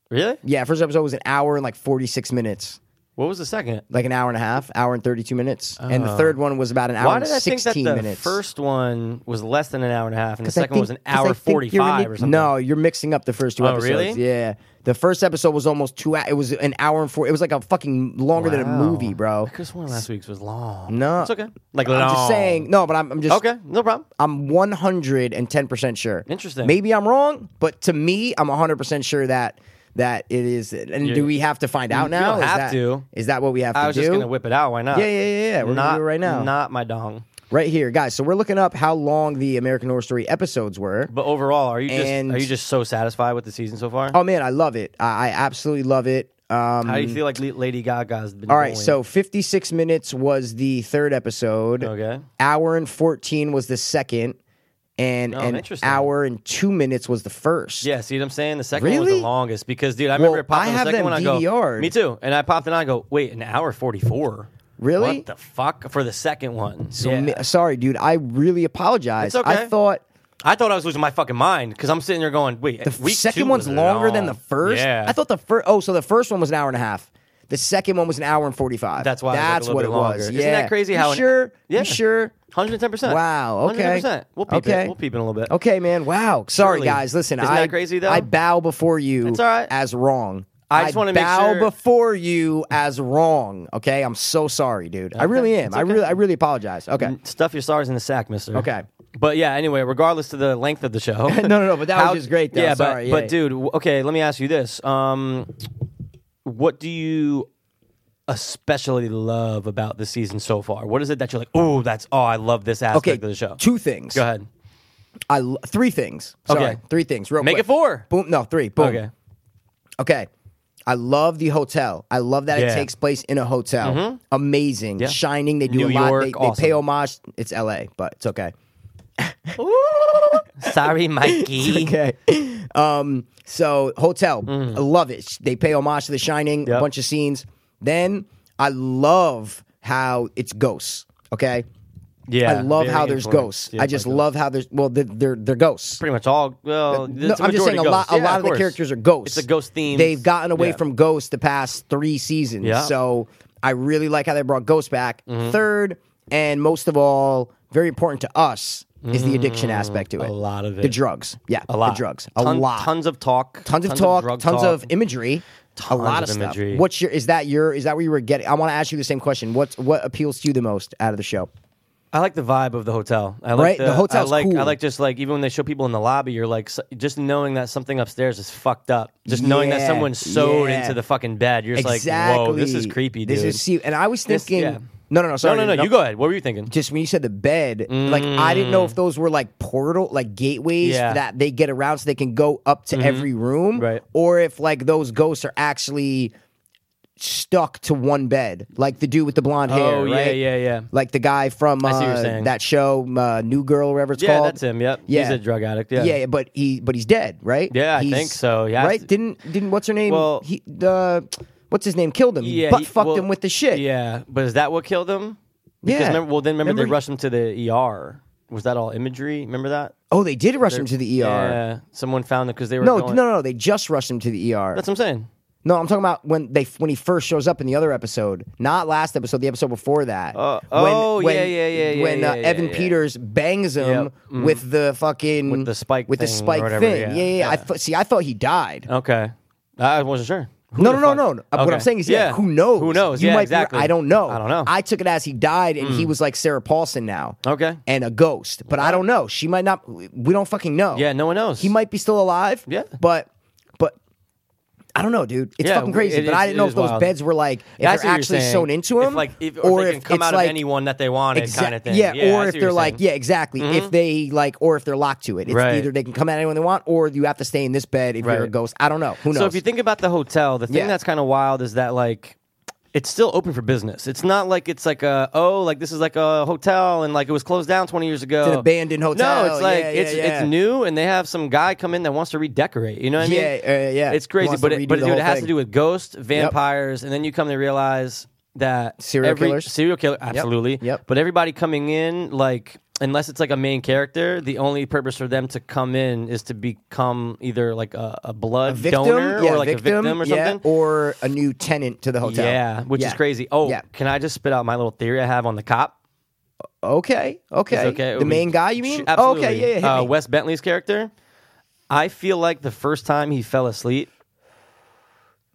really? Yeah, first episode was an hour and like 46 minutes, What was the second? like an hour and a half, hour and 32 minutes. And the third one was about an hour Oh. Why and did I 16 think that the minutes. first one was less than an hour and a half, and the 'Cause I second one was an think- 'cause I hour think you're forty-five mi- or something? No, you're mixing up the first two Oh, episodes. really? Yeah. The first episode was almost two hours. It was an hour and four. It was like a fucking longer than a Wow. movie, bro. Because one last week's was long. No. it's okay. Like I'm just long. saying. No, but I'm, I'm just. Okay, no problem. I'm 110% sure. Interesting. Maybe I'm wrong, but to me, I'm 100% sure that that it is. And You- do we have to find out you now? don't is have that, to. Is that what we have I to was do? just gonna whip it out. Why not? Yeah, yeah, yeah, yeah. We're not gonna do it right now. Not my dong. Right here, guys. So we're looking up how long the American Horror Story episodes were. But overall, are you just And- are you just so satisfied with the season so far? Oh man, I love it. I, I absolutely love it. Um, How do you feel like Le- Lady Gaga's been? all right, going? so 56 minutes was the third episode. okay, Hour and 14 was the second, and Oh, an interesting. hour and two minutes was the first. yeah. See what I'm saying? The second one was Really? the longest because, dude, I Well, remember it popped I on have the second them one. I go, DVR'd. me too. And I popped it on. I go, wait, an hour forty four. Really? What the fuck for the second one? So yeah. mi- sorry, dude. I really apologize. It's I okay. thought I thought I was losing my fucking mind because I'm sitting there going, wait, the f- week second two one's was longer long. than the first. Yeah, I thought the first. Oh, so the first one was an hour and a half. The second one was an hour and forty five. That's why it was, like, That's a little what bit it longer. was. Isn't Yeah. that crazy You how an- sure? You Yeah. sure? 110%. Wow, okay. 110%. We'll peep Okay. it. We'll peep in a little bit. Okay, man. Wow. Sorry, Surely. guys. Listen, Isn't I that crazy, though? I bow before you. That's all right. As wrong. I just wanna make bow sure- before you as wrong. Okay, I'm so sorry, dude. I really am. It's I okay. really, I really apologize. Okay, Stuff your stars in the sack, mister. Okay. But yeah, anyway, regardless to the length of the show. No, no, no, but that was just great, though. Yeah, but, Sorry, yeah. but dude, w- okay, let me ask you this. Um, what do you especially love about the season so far? What is it that you're like, oh, that's, oh, I love this aspect okay. of the show? Two things. Go ahead. I lo- three things. Sorry, Okay. three things. Real Make quick. it four. Boom. No, three. Boom. Okay. Okay. I love the hotel. I love that it Yeah. Mm-hmm. takes place in a hotel. Amazing. Shining. They do New a lot. York, they, awesome. they pay homage. It's LA, but it's okay. Sorry, Mikey. Okay. Um, so hotel. I love it. They pay homage to the shining, a Mm. Yep. bunch of scenes. Then I love how it's ghosts. Okay. Yeah. I love very how there's influenced. ghosts. Yeah, I just like uh, love how there's well they're they're, they're ghosts. Pretty much all. Well, No, I'm just saying a lot. A lot of, the characters are ghosts. It's a ghost theme. They've gotten away Yeah. from ghosts the past three seasons. Yeah. Mm-hmm. So I really like how they brought ghosts back. Third, and most of all, very important to us is the addiction aspect to it. Mm, a lot of The it. drugs. Yeah. a lot The drugs. A Ton- lot. Tons of talk. Tons of talk. drug tons talk. of imagery. a Tons lot of, of stuff. imagery. What's your? Is that your? Is that what you were getting? I want to ask you the same question. What's what appeals to you the most out of the show? I like the vibe of the hotel. I like Right? The hotel's I like, cool. I like just like even when they show people in the lobby, you're like s- just knowing that something upstairs is fucked up. Just knowing that Yeah, someone's sewed yeah. into the fucking bed. You're just exactly. like, whoa, this is creepy, dude. This is see. And I was This- thinking. yeah. No, no, no. no, Sorry. no, no, You go ahead. What were you thinking? just when you said the bed, like I didn't know if those were like portal, like gateways Mm. Yeah. Mm-hmm. that they get around so they can go up to every room, Right. Or if like those ghosts are actually stuck to one bed, like the dude with the blonde hair. Oh, yeah, right? yeah, yeah. Like the guy from see what you're uh, saying. that show, uh, New Girl, or whatever it's Yeah, called. that's him. Yep. Yeah. He's a drug addict. Yeah. Yeah. but he but he's dead, right? Yeah, I He's- think so. He has right? to- Didn't didn't what's her name? Well- he the what's his name killed him. Yeah, butt he- fucked well, him with the shit. Yeah, but is that what killed him? Yeah. Because remember, well, then remember, Remember they he- rushed him to the ER. Was that all imagery? Remember that? Oh, they did rush him to the ER. Yeah, someone found him because they were No, going- no, no, they just rushed him to the ER. That's what I'm saying. no, I'm talking about when they when he first shows up in the other episode, not last episode, the episode before that. Oh, oh, yeah, yeah, yeah, yeah, When uh, yeah, yeah, Evan yeah. Peters bangs him Yep, Mm-hmm. with the fucking With the spike with the thing or spike whatever, thing. yeah, yeah, yeah. I yeah. th- see. I thought he died. Okay, I wasn't sure. Who No, the no, no, fuck- no, no. Uh, What Okay. I'm saying is, yeah, who knows? Who knows? You yeah, might exactly. Be, I don't know. I don't know. Mm. Oh. I took it as he died, and he was like Sarah Paulson now. Okay. And a ghost, but I don't know. She might not. We don't fucking know. Yeah, no one knows. He might be still alive. Yeah. But, but. I don't know, dude. It's Yeah, fucking crazy. it but is- I didn't it know is if those wild. beds were like if That's they're what you're actually saying. sewn into If, them, like, if, or, or if they if can come it's out like of anyone that they wanted, Exa- kind of thing. Yeah, I or see if what they're you're like, saying. Mm-hmm. yeah, exactly. If they like, or if they're locked to it, it's Right. either they can come at anyone they want, or you have to stay in this bed if you're a Right. ghost. I don't know. Who knows? So if you think about the hotel, the thing Yeah. that's kind of wild is that like it's still open for business. It's not like it's like a oh like this is like a hotel and like it was closed down 20 years ago. It's an abandoned hotel. No, it's like Yeah, it's yeah, yeah. it's new and they have some guy come in that wants to redecorate. You know what I mean? Yeah, uh, yeah. It's crazy, Wants but to it, redo but the dude, it whole has thing. to do with ghosts, vampires, and then you come to realize that Serial every- killers. serial killer, absolutely. yep. But everybody coming in, like unless it's like a main character, the only purpose for them to come in is to become either like a, a blood victim donor yeah, or like a victim or yeah, something. or a new tenant to the hotel. Yeah, which is Yeah. crazy. Oh, Yeah. can I just spit out my little theory I have on the cop? Okay, okay. It's okay. The We- main guy, you mean? Sh- Absolutely. Okay, yeah, yeah. hit uh, me. Wes Bentley's character. I feel like the first time he fell asleep,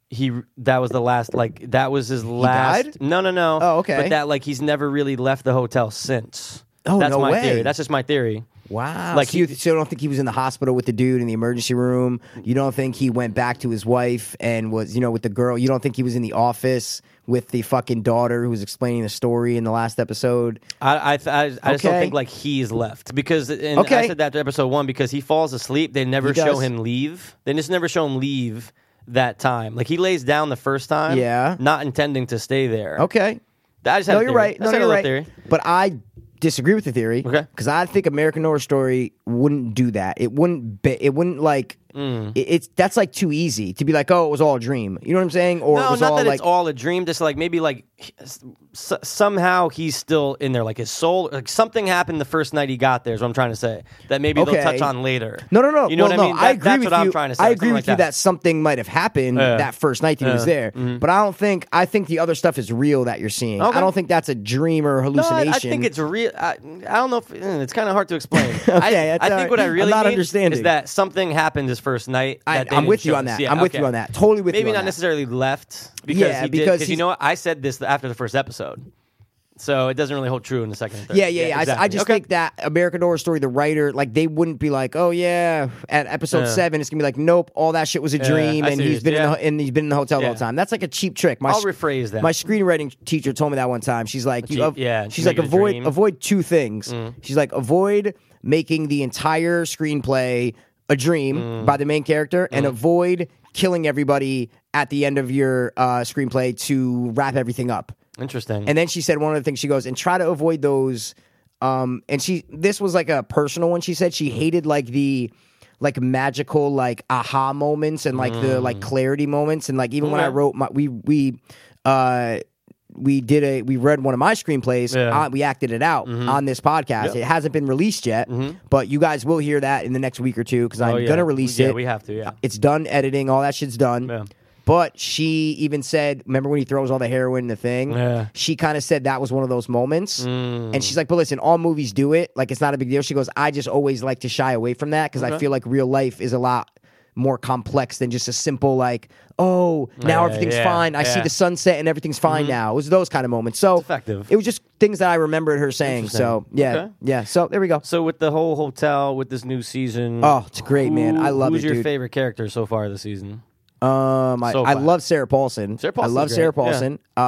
he that was the last like that was his last. died? No, no, no. Oh, okay. But that like he's never really left the hotel since. Oh, That's no my way. theory. That's just my theory. wow. Like like so you, he- so you don't think he was in the hospital with the dude in the emergency room? You don't think he went back to his wife and was, you know, with the girl? You don't think he was in the office with the fucking daughter who was explaining the story in the last episode? I I, th- I, I just don't Okay. think like he's left because and Okay. I said that to episode one because he falls asleep. They never He show does. him leave. They just never show him leave that time. Like he lays down the first time, Yeah. not intending to stay there. Okay. I just had No, you're a theory. right. I No, just had a you're little right. theory. But I disagree with the theory. Okay. Because I think American Horror Story wouldn't do that. It wouldn't. Be, it wouldn't like. It, it's that's like too easy to be like, oh, it was all a dream. You know what I'm saying? Or it No, was not all that like. it's all a dream. Just like maybe like he- s- somehow he's still in there. Like his soul, like something happened the first night he got there. Is what I'm trying to say. That maybe Okay. they'll touch on later. no, no, no. You know Well, what I no, mean? I That- agree that's with what you. I'm trying to say. I or agree something with like you that something might have happened Yeah. that first night that he was Yeah. Mm-hmm. there, but I don't think I think the other stuff is real that you're seeing. Okay. I don't think that's a dream or No, I- hallucination. I, think it's real. I, I don't know if eh, it's kind of hard to explain. I, that's I all think what right. I really I'm not mean understanding. is that something happened his first night. I- that they I'm didn't with you show on us. that. Yeah, I'm with you okay. on that. Totally with you Maybe on not that. necessarily left because Yeah, he did, because you he's- know what I said this after the first episode, so it doesn't really hold true in the second. And third. Yeah, yeah, yeah. I- I, exactly. just Okay. think that American Horror Story, the writer, like they wouldn't be like, oh yeah, at episode Yeah. seven, it's gonna be like, nope, all that shit was a dream, I and see he's what been you- in yeah. the, and he's been in the hotel the whole Yeah. time. That's like a cheap trick. My I'll sc- rephrase that. My screenwriting teacher told me that one time. She's like, you, cheap- av- yeah, she's like make it a avoid dream. Mm. avoid two things. She's like avoid making the entire screenplay a dream Mm. by the main character, and avoid killing everybody at the end of your uh, screenplay to wrap everything up. Interesting. And then she said one of the things she goes and try to avoid those. Um, and she this was like a personal one. She said she hated like the like magical like aha moments and like the like clarity moments and like even when I Mm. Okay. wrote my we we uh we did a we read one of my screenplays Yeah. Mm-hmm. uh, we acted it out on this podcast it hasn't been released yet but you guys will hear that in the next week or two because i'm Oh, yeah. gonna release Yeah, it we have to, yeah. it's done editing all that shit's done Yeah. but she even said remember when he throws all the heroin in the thing Yeah. Mm. she kind of said that was one of those moments and she's like but listen all movies do it like it's not a big deal she goes i just always like to shy away from that because i feel like real life is a lot more complex than just a simple like oh now Yeah, everything's yeah, fine i see yeah. Mm-hmm. the sunset and everything's fine now it was those kind of moments so effective. it was just things that i remembered her saying so Interesting. yeah Okay. yeah so there we go So with the whole hotel, with this new season, Oh, it's great, man. I love who's it, Who's your dude. favorite character so far this season? Um, I, So I glad. love Sarah Paulson. Sarah I Paulson's love great, Sarah yeah. Paulson. Uh,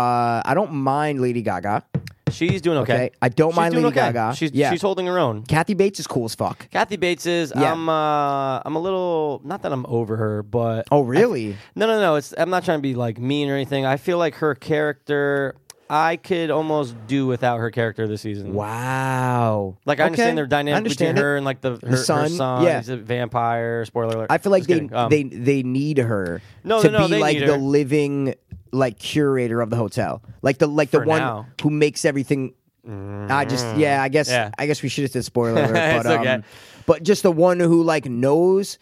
I don't mind Lady Gaga. She's doing okay. Okay. I don't She's mind doing Lady okay. Gaga. She's Yeah. she's holding her own. Kathy Bates is cool as fuck. Kathy Bates is. Yeah. I'm. Uh, I'm a little. Not that I'm over her, but Oh, really? no, no, no. It's. I'm not trying to be like mean or anything. I feel like her character. I could almost do without her character this season. wow. Like I Okay. understand their dynamic I understand between it. her and like the her her son. son, yeah. He's a vampire. Spoiler alert. I feel like Just they, kidding. Um, they they need her No, to no, no, be they like need the her. living like curator of the hotel, like the like the For one now. Mm. who makes everything. I just yeah, I guess Yeah. I guess we should have said spoiler alert, but It's okay. um, but just the one who like knows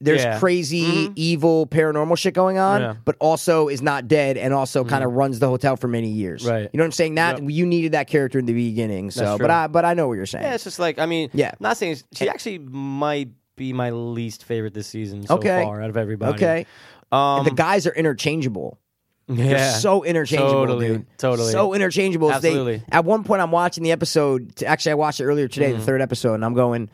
there's Yeah. Mm-hmm. crazy evil paranormal shit going on, Yeah. Mm-hmm. but also is not dead and also kind of runs the hotel for many years. Right. You know what I'm saying? That Yep. you needed that character in the beginning. So, but true. I but I know what you're saying. Yeah, it's just like I mean. Yeah. Not saying she actually might be my least favorite this season so Okay. far out of everybody. okay. Um, the guys are interchangeable. They're yeah. so interchangeable, Totally, dude. totally. So interchangeable. They- Absolutely. at one point, I'm watching the episode. t- Actually, I watched it earlier today, Mm. the third episode, and I'm going,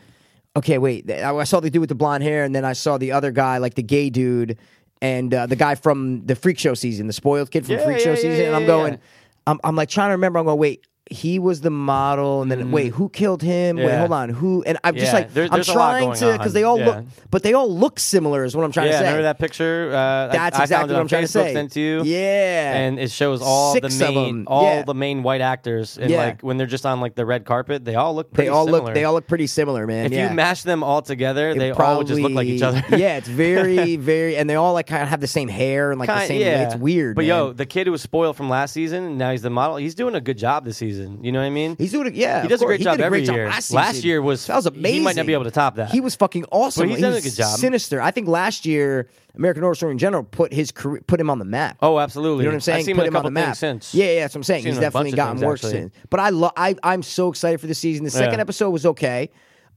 okay, wait. th- I I saw the dude with the blonde hair, and then I saw the other guy, like the gay dude, and uh, the guy from the Freak Show season, the spoiled kid from Yeah, Freak Show yeah, yeah, season. and I'm yeah, going, yeah. I'm, I'm like trying to remember. I'm going, wait. He was the model, and then wait, who killed him? Wait, Mm. Yeah. hold on, who? And I'm just Yeah, like, there- I'm there's a lot trying going to because they on. all Yeah. look, but they all look similar. Is what I'm trying Yeah, to say. remember that picture? Uh, I- That's I, exactly found it what on I'm trying to Facebook, say. Sent to you, Yeah. and it shows all Six the of main, 'em, all yeah. the main white actors, and Yeah. like when they're just on like the red carpet, they all look. they Pretty all similar. look they all look pretty similar, man. If yeah. you mash them all together, It they all just look like each other. probably- yeah, it's very very, and they all like kind of have the same hair and like the Kind- same. It's weird, But man. yo, the kid who was spoiled from last season, and now he's the model. He's doing a good job this season. You know what I mean? He's doing a, yeah. he of does a course. great job did every job year. last, Last season. year was- that was he might not amazing. be able to top that. He was fucking awesome. But he's He done a was good job. Sinister. I think last year American Horror Story in general put his career, put him on the map. oh, absolutely. You know what I'm saying? I've seen Put him him in a on couple the map. things since. Yeah, yeah, that's what I'm saying. Seen He's him in a definitely bunch of gotten things, worse actually. since. But I love. I I'm so excited for this season. The second Yeah. episode was okay.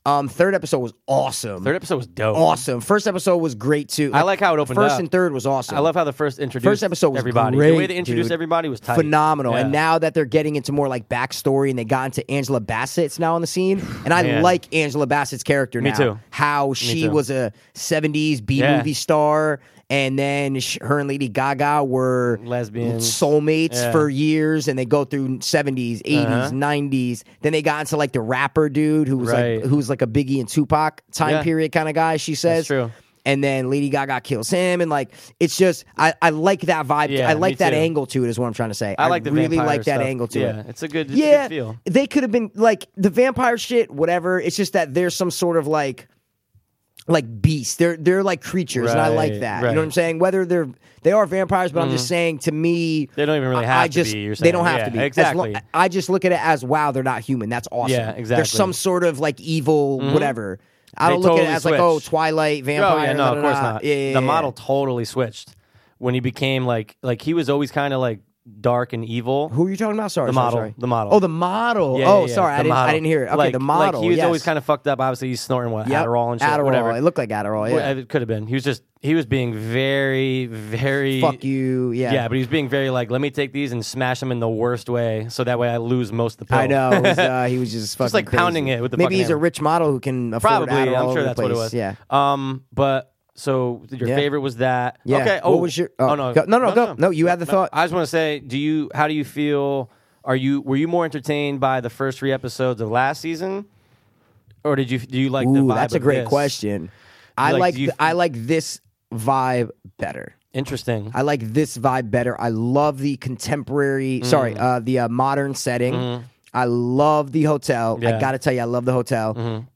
Um, third episode was awesome. Third episode was dope. awesome. First episode was great too. I like how it opened First up. and third was awesome. I love how the first introduced First episode was everybody. great, the way they introduced dude. everybody was tight. phenomenal. And Yeah. now that they're getting into more like backstory and they got into Angela Bassett's now on the scene, and I Man. like Angela Bassett's character Me now. too. How she too. was a '70s B movie Yeah. star, and then sh- her and Lady Gaga were Lesbians. soulmates Yeah. Uh-huh. for years, and they go through '70s, '80s, '90s. Then they got into like the rapper dude who was Right. like who was like a Biggie and Tupac time Yeah. period kind of guy. She says true. And then Lady Gaga kills him, and like it's just I, I like that vibe. Yeah, I like me that too. angle to it. Is what I'm trying to say. I like the really vampire like that stuff. angle to yeah, it. It's a good, it's a yeah, good feel. they could have been like the vampire shit, whatever. It's just that there's some sort of like, like beast. They're they're like creatures, and I like Right, that. You right. Mm-hmm. know what I'm saying? Whether they're they are vampires, but I'm just saying to me, They don't even really I- have I to just be, you're they don't saying. have to be Yeah, As lo- exactly. I just look at it as wow, they're not human. That's awesome. Yeah, exactly. Mm-hmm. There's some sort of like evil, whatever. I They don't look at totally it as like oh, switched. Twilight vampire. Oh yeah, no, of da-da-da. course not. Yeah, yeah, yeah. the model totally switched when he became like like he was always kind of like dark and evil. Who are you talking about? Sorry, The sorry, model, sorry. the model. Oh, the model. Yeah, oh, yeah, yeah, sorry, I the didn't. I model. didn't hear it. Okay, like, the model. Like he was yes. always kind of fucked up. Obviously, he's snorting what Yep. Adderall and shit, Adderall. whatever. It looked like Adderall. Yeah. Well, It could have been. He was just he was being very very Fuck you. Yeah. Yeah. but he was being very like, let me take these and smash them in the worst way, so that way I lose most of the pill. I know. It was, uh, he was just fucking like, crazy. pounding it with the Maybe fucking he's a hammer. rich model who can afford Probably, Adderall I'm over sure that's the what it place. was. Yeah. Um, but so your Yeah. favorite was that. Yeah. Okay. Oh, What was your- oh, no. go- no, no, go. No, you had the thought. I just want to say, do you? How do you feel? Are you? Were you more entertained by the first three episodes of last season, or did you? Do you like the Ooh, vibe? that's a of great this? question. I Like, like. do you- th- I like this vibe better. Interesting. I like this vibe better. I love the contemporary, sorry, Mm. uh, the uh, modern setting. I love the hotel. I Mm-hmm. Yeah. Mm-hmm. gotta tell you, I love the hotel,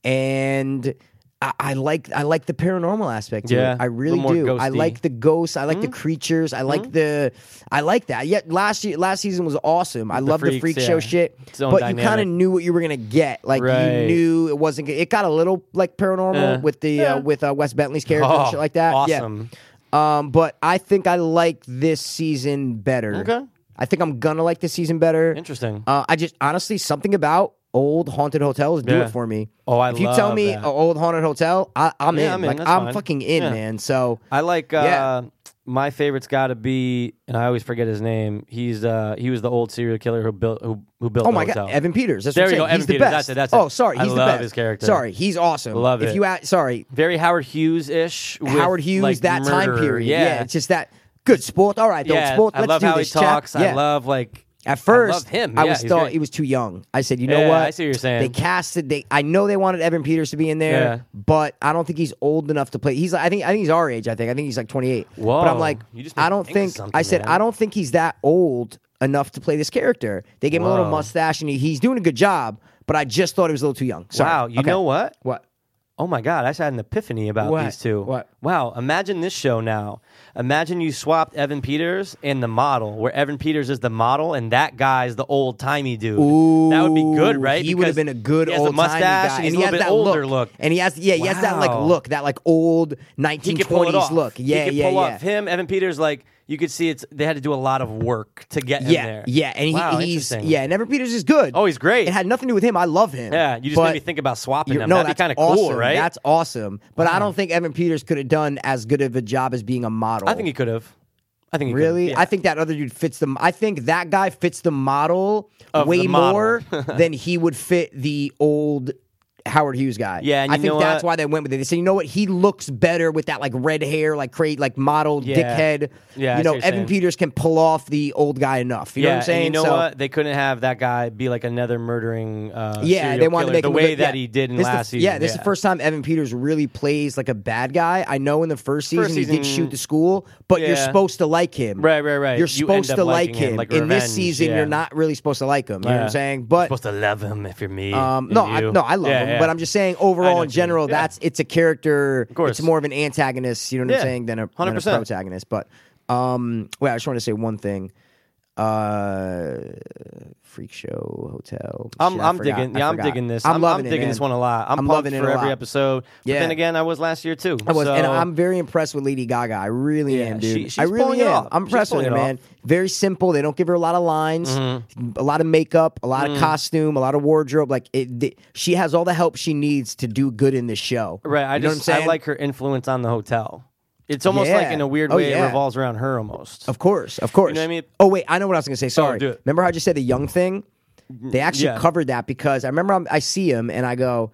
and I, I like I like the paranormal aspect. to it. Yeah, I a little really more do. I ghosty. Mm-hmm. like the ghosts. I like the creatures. I like the I like that. Yet last year, last season was awesome. I love the freaks, freak yeah. show shit, Its own but you kind of dynamic. knew what you were gonna get. Like you Right. knew it wasn't. It got a little like paranormal Yeah. with the uh, with uh, Wes Bentley's character and Oh, shit like that. Yeah. Awesome. Um, but I think I like this season better. Okay. I think I'm gonna like this season better. Interesting. Uh, I just honestly something about old haunted hotels do Yeah. it for me. Oh, I if you tell love me that. an old haunted hotel, I, I'm Yeah, in. I'm in. Like That's I'm fine. fucking in, Yeah. man. So I like uh, my favorite's got to be, and I always forget his name. He's uh, he was the old serial killer who built who, who built. Oh the my hotel. god, Evan Peters. That's There what you I'm go, saying. Evan he's the Peters. best. That's it, that's it. oh, sorry, I he's love the best. his character. Sorry, he's awesome. Love if it. you at, sorry, very Howard Hughes ish. Howard Hughes, that time period. Yeah. it's just that good sport. All right, Yeah, don't sport. I Let's love do how this, he talks. Chap. Yeah. Uh, I love like At first, I love him. I Yeah, was he's thought great. he was too young. I said, you know Yeah, what? I see what you're saying. They casted. They I know they wanted Evan Peters to be in there, Yeah. but I don't think he's old enough to play. He's like, I think I think he's our age. I think I think he's like 28. Whoa, But I'm like, you just made I me don't think of think. something, I said man. I don't think he's that old enough to play this character. They gave him a little Whoa. mustache, and he, he's doing a good job. But I just thought he was a little too young. Sorry. wow. You Okay. know what? What? Oh my God! I just had an epiphany about What? these two. What? Wow! Imagine this show now. Imagine you swapped Evan Peters and the model, where Evan Peters is the model and that guy's the old timey dude. that would be good, Ooh, right? He would have Because been a good he has a old mustache guy. and he's a little has bit that older look. and he has yeah, he has that like Wow. look, that like old he could pull 1920s it off. look. Yeah, he could yeah, pull yeah. Off. Him, Evan Peters, like you could see, it's they had to do a lot of work to get him yeah, there. yeah, and he, Wow, he's interesting. yeah, and Evan Peters is good. Oh, he's great. It had nothing to do with him. I love him. Yeah, you just but made me think about swapping you're- them. No, That'd be that's kind of awesome. cool, right? Uh-huh. That's awesome. But I don't think Evan Peters could have done as good of a job as being a model. I think he could have. I think he could've, Really? yeah. I think that other dude fits the. I think that guy fits the model Of way the model. more than he would fit the old Howard Hughes guy. Yeah, and I you think know that's what? why they went with it. They said, you know what? He looks better with that like red hair, like crazy, like model Yeah. dickhead. Yeah, I see you know, what you're Evan saying. Peters can pull off the old guy enough. You yeah, know what I'm saying? And you know So- what? They couldn't have that guy be like another murdering. Uh, Yeah, serial they wanted killer to make the him way look- that yeah. he did in This is the- last season. Yeah, this is the first time Evan Peters really plays like a bad guy. I know in the first season, he season- did shoot the school, but you're Yeah. supposed to like him. Right, right, right. You're You end supposed up to like liking him, him. like in this revenge, season, yeah. you're not really supposed to like him. You know what Yeah. I'm saying? But supposed to love him if you're me. um, and no, I, you. no, I love Yeah, him, yeah. but I'm just saying I know overall what you in mean. general, Yeah. that's it's a character. course. It's more of an antagonist. You know what Yeah. I'm saying than a, than a 100%. protagonist. But um, wait, I just want to say one thing. Uh, freak show hotel. I'm, Shit, I I'm forgot. digging. I Yeah, I'm forgot. digging this. I'm loving it, digging this man. one a lot. I'm, I'm pumped loving it for a every lot. episode. But Yeah. then again, I was last year too. I was, and so- I'm very impressed with Lady Gaga. I really Yeah, am, dude. she- she's I pulling really it am. off. I'm She's impressed with pulling her, it off. Mm-hmm. man. Very simple. They don't give her a lot of lines, a lot of makeup, a Mm. lot of costume, a lot of wardrobe. Like it, the, she has all the help she needs to do good in this show. Right. I You know what I'm just saying? I like her influence on the hotel. It's almost like Yeah. in a weird Oh, way it yeah. revolves around her almost. Of course, of course. what I mean? Oh wait, I know what I was gonna say. Sorry. do it. Mm, remember how I just said the young thing? They actually yeah. covered that because I remember I'm, I see him and I go,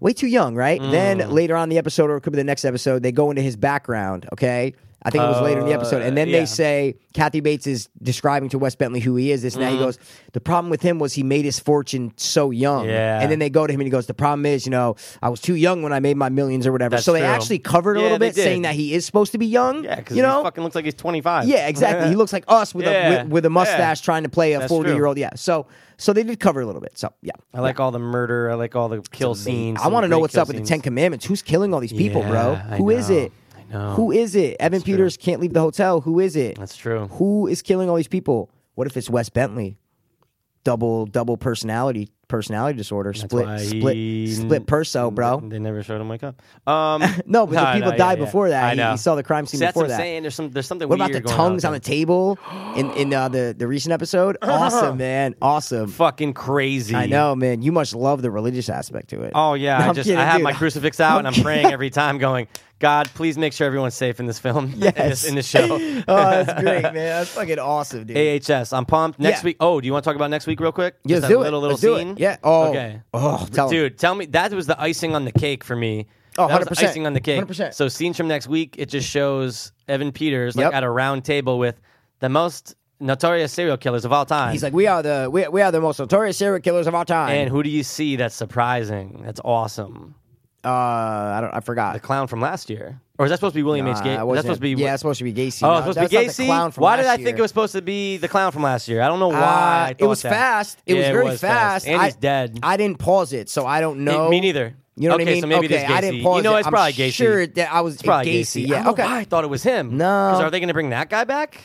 way too young, right? Mm. Then later on in the episode, or it could be the next episode, they go into his background. Okay, I think it was later in the episode, and then Uh, yeah. they say Kathy Bates is describing to Wes Bentley who he is. This and Mm-hmm. that. He goes, the problem with him was he made his fortune so young. Yeah. And then they go to him and he goes, the problem is, you know, I was too young when I made my millions or whatever. That's so they true. actually covered a Yeah, little they bit, did. saying that he is supposed to be young. yeah, because you know, he fucking looks like he's 25. yeah, exactly. He looks like us with Yeah. a with, with a mustache Yeah. trying to play a That's forty year true. old. Yeah. So so they did cover a little bit. So yeah. I like all the murder. I like all the kill scenes. I want to some know great what's kill up with the scenes. Ten Commandments. Who's killing all these people, bro? Yeah, I Who is know. it? I know. Who is it? Evan Peters can't leave the hotel. Who is it? That's true. Who is killing all these people? What if it's Wes Bentley? Double double personality personality disorder. why Split he- split split perso, bro. They never showed him wake up. Um, No, but the I people know, died yeah, yeah. before that. I He- know. he saw the crime scene See, before that's what that. I'm saying. There's some. There's something. What about the weird tongues going on the table in in uh, the the recent episode? Awesome, man. Awesome. Fucking crazy. I know, man. You must love the religious aspect to it. Oh yeah, No, I I'm just kidding, I have dude. my crucifix out and I'm praying every time, going, God, please make sure everyone's safe in this film, in, this, Yes. in this show. oh, that's great, man. That's fucking awesome, dude. AHS, I'm pumped. Next Yeah. week. Oh, do you want to talk about next week real quick? yeah, let's Just that do little it. little Let's do it. scene. Yeah. Oh. Okay. Oh, tell 'em. Dude, tell me that was the icing on the cake for me. Oh, that was the 100%. icing on the cake. 100%. So scenes from next week, it just shows Evan Peters like Yep. at a round table with the most notorious serial killers of all time. He's like, we are the we, we are the most notorious serial killers of our time. and who do you see that's surprising? That's awesome. uh, I don't, I forgot. The clown from last year, or is that supposed to be William H. Uh, Gates? it That's wasn't- supposed to be yeah, it's supposed to be Gacy. Oh, No, it's supposed to that's be not Gacy. The clown from why did I last think it year. was supposed to be the clown from last year? I don't know Uh, why. I it was thought that. fast. It was Yeah, very was fast. And I, he's dead. I didn't pause it, so I don't know. Me neither. You know what I Okay, mean? so maybe it okay, is I Gacy. didn't You pause know it. it's I'm probably Gacy. Sure that I was It's probably Gacy. Gacy. Oh, I Yeah. don't know okay. why I thought it was him. No. Because are they going to bring that guy back?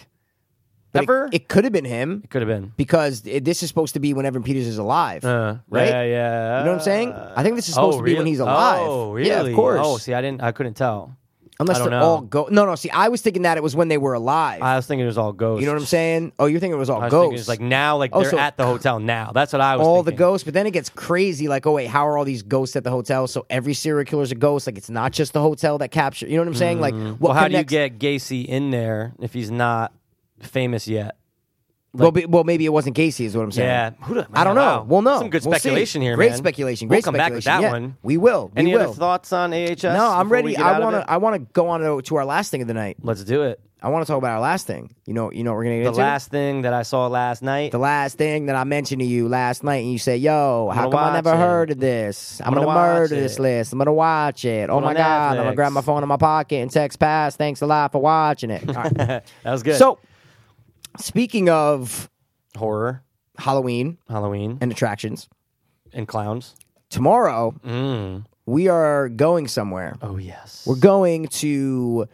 But it- Ever? It, could have been him could have been. because it, this is supposed to be when Evan Peters is alive, Uh, right? Yeah, yeah. You know what I'm saying? I think this is supposed oh, to be really? when he's alive. Oh, really? Yeah, of course. Oh, see, I didn't. I couldn't tell. Unless I don't they're know. all go. No, no. See, I was thinking that it was when they were alive. I was thinking it was all ghosts. you know what I'm saying? Oh, you're thinking it was all I was ghosts. thinking it's like now, like Oh, they're so at the hotel now. That's what I was. all the thinking. ghosts, but then it gets crazy. Like, oh wait, how are all these ghosts at the hotel? So every serial killer's a ghost. Like, it's not just the hotel that captured. You know what I'm saying? Like, what Mm. Well, how connects- do you get Gacy in there if he's not famous yet? well, be, well, maybe it wasn't Gacy, is what I'm saying. Yeah, Who do- I don't know. wow. We'll know. Some good We'll see. speculation here. Great man. speculation. We'll Great come speculation. back with that Yeah. one. We will. We Any will. other thoughts on AHS? no, I'm before we ready. get out I of want it? to. I want to go on to, to our last thing of the night. Let's do it. I want to talk about our last thing. You know. You know. What we're gonna get The into last thing that I saw last night. the last thing that I mentioned to you last night, and you say, "Yo, how gonna come I watch never it. heard of this? I'm, I'm gonna, gonna watch murder it. this list. I'm gonna watch it. Oh Put it my on god! I'm Netflix. gonna grab my phone in my pocket and text pass. Thanks a lot for watching it. All right. that was good. So, speaking of horror, Halloween Halloween, and, and attractions, clowns. tomorrow Mm. we are going somewhere. Oh yes, We're going to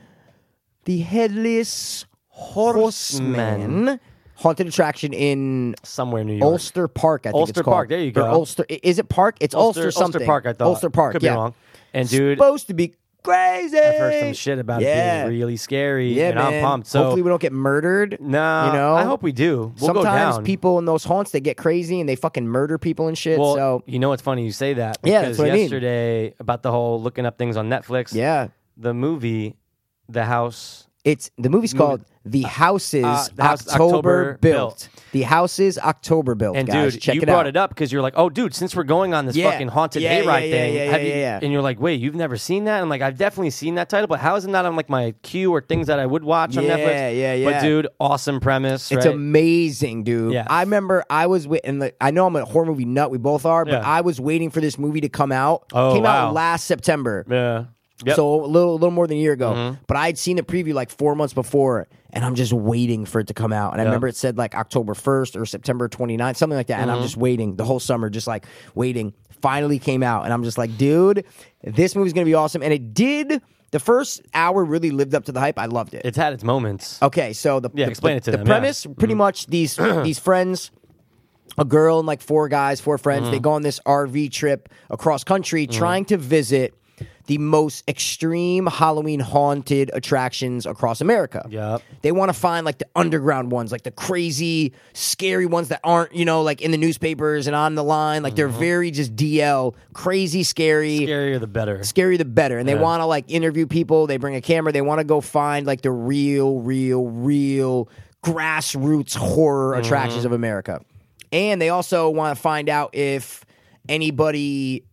the Headless Horseman, haunted attraction in somewhere in New York. Ulster Park. I think Ulster it's called. Park, there you Or go. Ulster i- is it Park? It's Ulster, something. Ulster Park. I thought Ulster Park. Could yeah. be wrong. And dude, supposed to be crazy. I've heard some shit about Yeah. it being really scary. Yeah, and man. I'm pumped. So hopefully we don't get murdered. nah, you know. I hope we do. We'll go Sometimes down. people in those haunts they get crazy and they fucking murder people and shit. Well, so you know it's funny you say that because Yeah, that's what I mean. yesterday about the whole looking up things on Netflix. yeah, the movie, The House. it's the movie's called The Houses uh, The House is October, October built. Built. The Houses October built. And guys, dude, check you it out. brought it up because you're like, oh, dude, since we're going on this Yeah. fucking haunted Yeah, hayride yeah, yeah, thing, yeah, have yeah, you- yeah. and you're like, wait, you've never seen that? And like, I've definitely seen that title, but how is it not on like my queue or things that I would watch on Yeah, Netflix? yeah, yeah. But dude, awesome premise. It's right? amazing, dude. Yeah. I remember I was with, and like, I know I'm a horror movie nut. We both are, but Yeah. I was waiting for this movie to come out. Oh, Came wow. out last September. yeah. Yep. Mm-hmm. So a little, little more than a year ago. But I'd seen a preview like four months before, and I'm just waiting for it to come out. And I remember it said like October 1st or September 29th, something like that. And Mm-hmm. I'm just waiting the whole summer, just like waiting. Finally came out, and I'm just like, dude, this movie's gonna be awesome. And it did. The first hour really lived up to the hype. I loved it. it's had its moments. Okay, so the Yeah, the, explain the- it to the them, yeah. Mm-hmm. premise pretty much these these friends, a girl and like four guys, four friends, Mm-hmm. they go on this RV trip across country trying to visit the most extreme Halloween haunted attractions across America. Yep. They want to find like the underground ones, like the crazy, scary ones that aren't, you know, like in the newspapers and on the line. Like they're Mm-hmm. very just DL, crazy, scary Scarier the better. scarier the better. And they want to like interview people. They bring a camera. They want to go find like the real, real, real grassroots horror Mm-hmm. attractions of America. And they also want to find out if anybody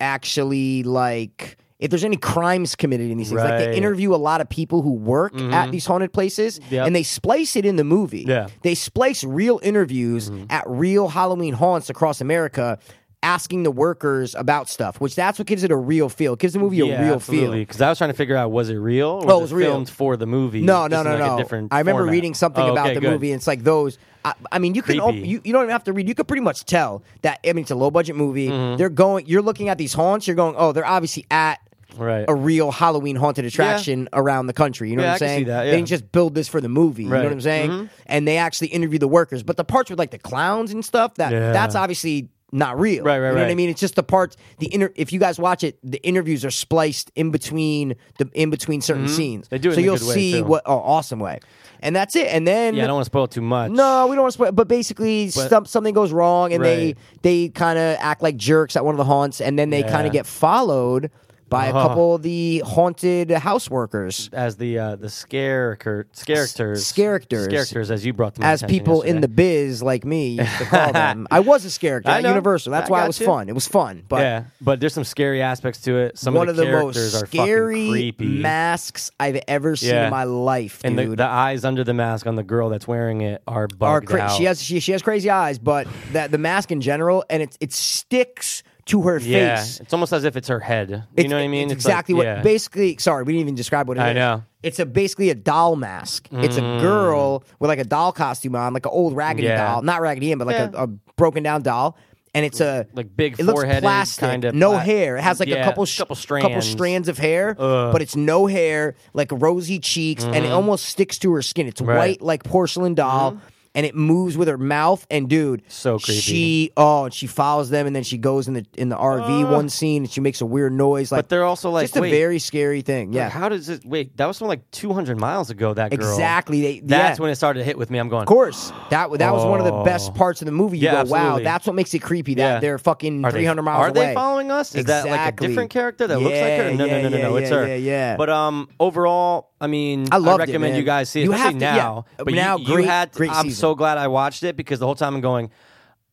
actually like if there's any crimes committed in these things. Like Right. Mm-hmm. they interview a lot of people who work at these haunted places, Yep. and they splice it in the movie. Yeah. Mm-hmm. They splice real interviews at real Halloween haunts across America asking the workers about stuff, which that's what gives it a real feel. It gives the movie a real feel. Because I was trying to figure out was it real or was, Oh, it was real. filmed for the movie? No, no, just in, no, like, a no. different I remember format? reading something Oh, about okay, the good. movie, and it's like those. I, I mean, you can op- Creepy. you, you don't even have to read. You could pretty much tell that. I mean, it's a low budget movie. Mm-hmm. They're going. You're looking at these haunts. You're going. Oh, they're obviously at Right. a real Halloween haunted attraction around the country. You know what Yeah, I I'm can saying? see that, They yeah. didn't just build this for the movie. You know Right. Mm-hmm. what I'm saying? And they actually interview the workers. But the parts with like the clowns and stuff, that Yeah. that's obviously not real. Right, You right, know what I right. mean? It's just the parts. The inter- if you guys watch it, the interviews are spliced in between the in between certain scenes. Mm-hmm. They do it so in a you'll good way, see too. what oh, awesome way. And that's it. And then Yeah, I don't want to spoil too much. no, we don't want to spoil. But basically, stum- something goes wrong, and Right. they they kind of act like jerks at one of the haunts, and then they kind Yeah. of get followed by a Uh-huh. couple of the haunted house workers as the uh, the scare cur- scaracters, scaracters. scaracters, as you brought them as people in the biz like me used to call them. I was a character I at know. Universal. That's I why it got was you. fun. It was fun, but. yeah, but there's some scary aspects to it. Some One of the, characters most are fucking scary creepy, masks I've ever seen Yeah. in my life, and dude. the, the eyes under the mask on the girl that's wearing it are bugged are cra- out. she has she, she has crazy eyes, but that the mask in general, and it it sticks to her yeah, face. it's almost as if it's her head. You It's- know what I mean? It's It's like- exactly what. yeah. Basically, sorry, we didn't even describe what it is. I know. Mm. It's a basically a doll mask. It's a girl with like a doll costume on, like an old Raggedy Yeah. doll, not Raggedy Ann, but like a, a broken down doll. And it's a Like big It looks foreheaded plastic, kinda no pla- hair. It has like a Yeah, couple sh- couple couple strands. strands of hair, but it's no hair, like rosy cheeks, and it almost sticks to her skin. It's Mm-hmm. Right. white Mm-hmm. like porcelain doll. and it moves with her mouth. And dude, So creepy. She oh, and she follows them, and then she goes in the in the RV one scene, and she makes a weird noise. Like Uh. but they're also like, just a wait, very scary thing. like, Yeah, How does it? Wait, that was from like 200 miles ago. That girl. exactly. They, That's yeah. when it started to hit with me. I'm going. Of course, that wa- that was one of the Oh. best parts of the movie. You Yeah, go, wow, absolutely. that's what makes it creepy. That Yeah. they're fucking Are they- three hundred miles Are away. they following us? Is that like a Exactly. different character that looks like her? Yeah, No, yeah, no, no, no, yeah, no. yeah, it's her. yeah, yeah. But um, overall, I mean, I loved it, recommend man. you guys see it. You have especially to- yeah. now. But you- Now, you, great- had. great I'm season. so glad I watched it because the whole time I'm going.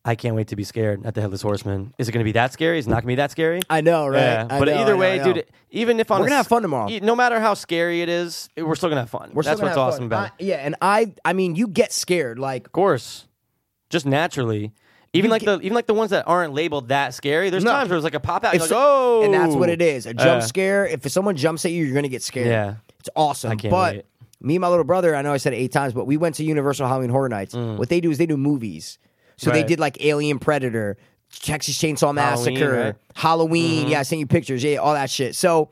I can't wait to be scared at the Headless Horseman. Is it going to be that scary? Is it not going to be that scary? I know, right? Yeah, I but know, I either know, way, I know. dude. Even if on We're a gonna have s- fun tomorrow. e- No matter how scary it is, it- we're still gonna have fun. We're still That's gonna what's have awesome fun. about. I- it. yeah, and I I mean, you get scared like. Of course, just naturally. Even like the even like the ones that aren't labeled that scary. There's No. times where it's like a pop out. You're if like, so- oh, and that's what it is. A jump Yeah. scare. If someone jumps at you, you're gonna get scared. Uh. Yeah. it's awesome. can't but wait. me and my little brother, I know I said it eight times, but we went to Universal Halloween Horror Nights. What they do is they do movies. So they Mm. Right. did like Alien Predator, Texas Chainsaw Massacre, Halloween. right? Mm-hmm. Yeah, I sent you pictures. Yeah, all that shit. So.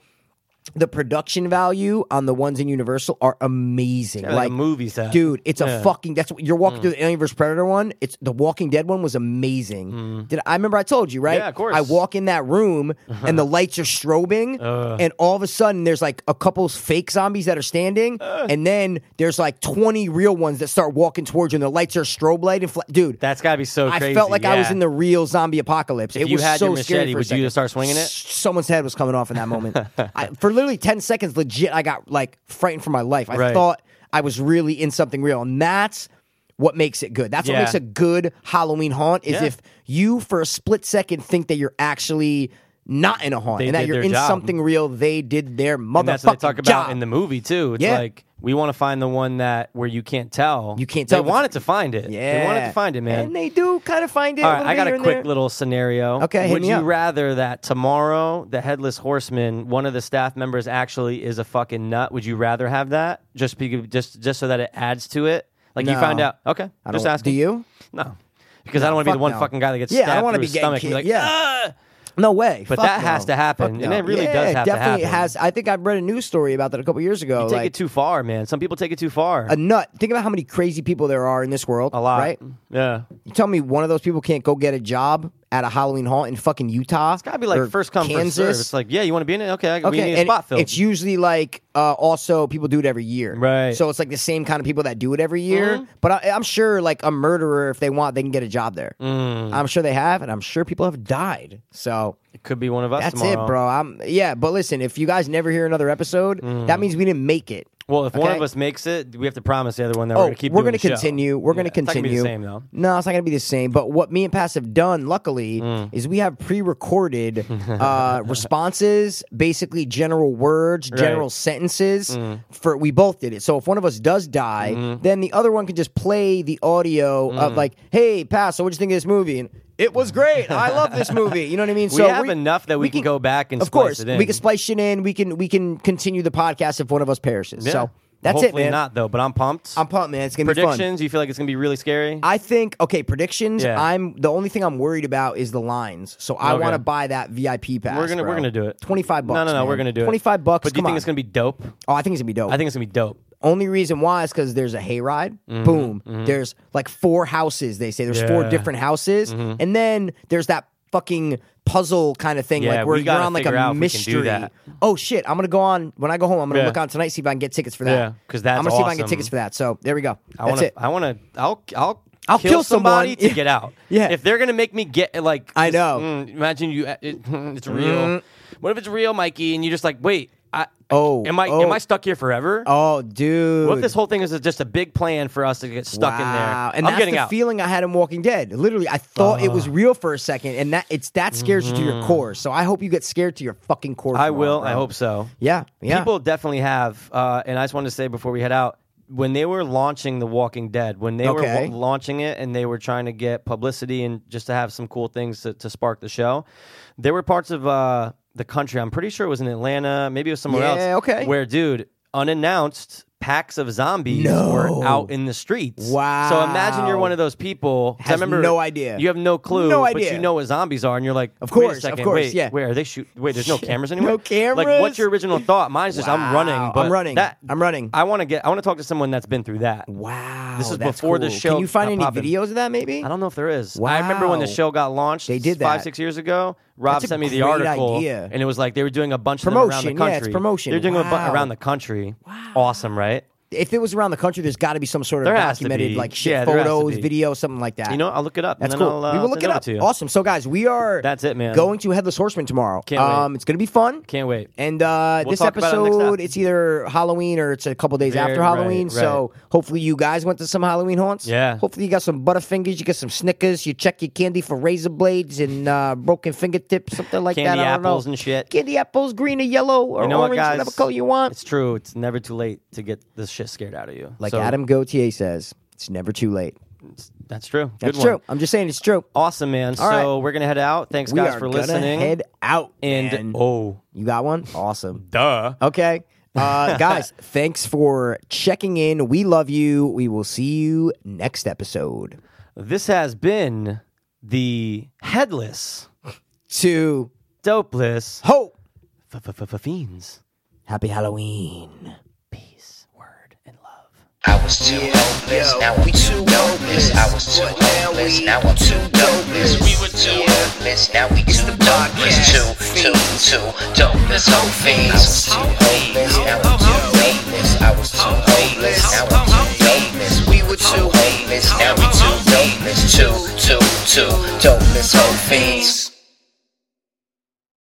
The production value on the ones in Universal are amazing. Yeah, like a movie set. dude. It's Yeah. Mm. a fucking. That's what you're walking through the Alien vs Predator one. It's the Walking Dead one was amazing. Did I remember I told you right? Mm. Yeah, of course. I walk in that room and the lights are strobing, Uh. and all of a sudden there's like a couple fake zombies that are standing, Uh. and then there's like 20 real ones that start walking towards you, and the lights are strobe light and fla- dude. that's gotta be so. I crazy. felt like I was yeah. in the real zombie apocalypse. If it you was had so your scary machete, for a would you second. just start swinging it? Someone's head was coming off in that moment. I, for literally ten seconds, legit, I got like frightened for my life. I Right. thought I was really in something real, and that's what makes it good. That's Yeah. what makes a good Halloween haunt is Yeah. if you, for a split second, think that you're actually not in a haunt They and that did you're their in job. something real. They did their motherfucking And that's what they talk about job. in the movie too. It's Yeah. like we want to find the one that where you can't tell. You can't They tell. wanted to find it. yeah, They wanted to find it, man. and they do kind of find it. All a right, little I bit got here a and quick there. little scenario. Okay, hit would me you up. rather that tomorrow the headless horseman, one of the staff members, actually is a fucking nut? Would you rather have that just be, just just so that it adds to it? Like you No. found out. Okay, I just don't- asking. Do you? No, because I don't want to be fuck the one no. fucking guy that gets Yeah, I don't stabbed wanna through be his stomach. getting and be like, ki- yeah. "Ah!" No way. But Fuck that no. has to happen, Fuck and no. it really yeah, does have to definitely it happen. has. I think I read a news story about that a couple years ago. take like, it too far, man. Some people take it too far. a nut. Think about how many crazy people there are in this world. a lot, right? Yeah, You tell me one of those people can't go get a job at a Halloween haunt in fucking Utah? It's gotta be like first come Kansas. first serve. It's like, yeah, you want to be in it? Okay, I- we Okay, need a and spot filled. it's usually like uh, also people do it every year, Right. Mm-hmm. So it's like the same kind of people that do it every year. But I, I'm sure, like a murderer, if they want, they can get a job there. Mm. I'm sure they have, and I'm sure people have died. So it could be one of us. that's tomorrow. it, bro. I'm yeah. But listen, if you guys never hear another episode, that Mm. means we didn't make it. Well, if one Okay. of us makes it, we have to promise the other one that we're Oh, going to keep. we're going to gonna continue. We're going to continue. It's not gonna be the same though. No, it's not going to be the same. But what me and Pass have done, luckily, Mm. is we have pre-recorded uh, responses, basically general words, general sentences. Mm. For we both did it. So if one of us does die, Mm-hmm. then the other one can just play the audio Mm. of like, "Hey, Pass, so what would you think of this movie?" And it was great. I love this movie. You know what I mean? We have enough that we can go back and of splice course it in. we can splice it in. We can we can continue the podcast if one of us perishes. Yeah. So that's Hopefully it, man. Not though, but I'm pumped. I'm pumped, man. It's gonna be fun. Predictions? You feel like it's going to be really scary? I think okay predictions. Yeah. I'm the only thing I'm worried about is the lines. So I Okay. want to buy that VIP pass. we're gonna we're gonna do it. Twenty five bucks. No, no, no. man. We're gonna do it. Twenty five bucks. But do you come think on. it's gonna be dope? Oh, I think it's gonna be dope. I think it's gonna be dope. only reason why is because there's a hayride. Boom. There's like four houses. They say there's four Mm-hmm. Yeah. Mm-hmm. different houses, and then there's that fucking puzzle kind of thing, Yeah, like where we you're gotta on like figure out a if we can do mystery. that. Oh shit! I'm gonna go on when I go home. I'm gonna Yeah. look on tonight see if I can get tickets for that. Yeah, 'cause that's I'm gonna see if I can get awesome. tickets for that. So there we go. I That's wanna, it. I want to. I'll. I'll. I'll kill someone. somebody to get out. Yeah. If they're gonna make me get like, I just- know. Mm. mm, imagine you. It, it's real. What if it's real, Mikey? And you're just like, wait. I, Oh, Am I? oh. Am I stuck here forever? Oh, dude! What if this whole thing is just a big plan for us to get stuck in Wow. there? And I'm that's getting the out. Ah. feeling I had in Walking Dead. Literally, I thought it was real for a second, and that it's that scares you to your core. So I hope you get scared to your fucking core. Mm-hmm. I tomorrow, will. I bro. hope so. Yeah, yeah. People definitely have. Uh, and I just wanted to say before we head out, when they were launching The Walking Dead, when they Okay. were wa- launching it and they were trying to get publicity and just to have some cool things to, to spark the show, there were parts of uh, the country. I'm pretty sure it was in Atlanta, maybe it was somewhere Yeah, else. okay. Where, dude, unannounced, packs of zombies No. were out in the streets. So imagine you're Wow. one of those people. 'cause I Has remember no idea. You have no clue. No But idea. you know what zombies are, and you're like, Of "Wait a course, of second, course, wait, yeah. Where are they shoot? Wait, there's no cameras anywhere. No Like, what's cameras? your original thought? Mine's just I'm running. Wow, But I'm running. That, I'm running. I want to get. I want to talk to someone that's been through that. Wow, This is that's before the cool. show Can you find got any popping. videos of that? Maybe I don't know if there is. I remember when the Wow. show got launched. They did five that. six years ago. Rob That's a sent me the great article, idea. and it was like they were doing a bunch of them around Promotion, the yeah, country. it's promotion. They're doing a Wow. bu- around the country. Awesome, right? If it was around the country, there's got to be some sort of There has to documented be. like shit, Yeah, there has to photos, be. video, something like that. You know, I'll look it up. That's and then cool. I'll, uh, we will send look it over up. to you. Awesome. So guys, we are That's it, man. Going to Headless Horseman tomorrow. Can't wait. um, it's going to be fun. Can't wait. And uh, We'll this talk about it next time. episode, it's either Halloween or it's a couple days Very- after Halloween. right, So hopefully you guys went to some Halloween haunts. Yeah. Hopefully you got some Butterfingers, you got some Snickers, you check your candy for razor blades and uh, broken fingertips, something like Candy that. I don't apples know. and shit. Candy apples, green or yellow or you know orange, what, guys? whatever color you want. It's true. It's never too late to get this shit scared out of you. like So, Adam Gautier says, it's never too late. That's true. Good That's one. true. I'm just saying it's true. Awesome, man. All so we're gonna head out. Thanks, guys, we are for gonna listening. head out. and man. oh, You got one? Awesome. duh. Okay. Uh, guys, thanks for checking in. We love you. We will see you next episode. This has been the headless, To dopeless hope. fiends. Happy Halloween. Peace, word, and love. I was too hopeless, now we too hopeless. I was too hopeless, now I'm too dopeless. We were too hopeless, now we too darkness. Two, two, two, dopeless hope fiends. I was too hopeless, now I'm too hopeless. I was too hopeless, now I'm too hopeless. We were too hopeless, now we too dopeless. Two, two, two, dopeless hope fiends.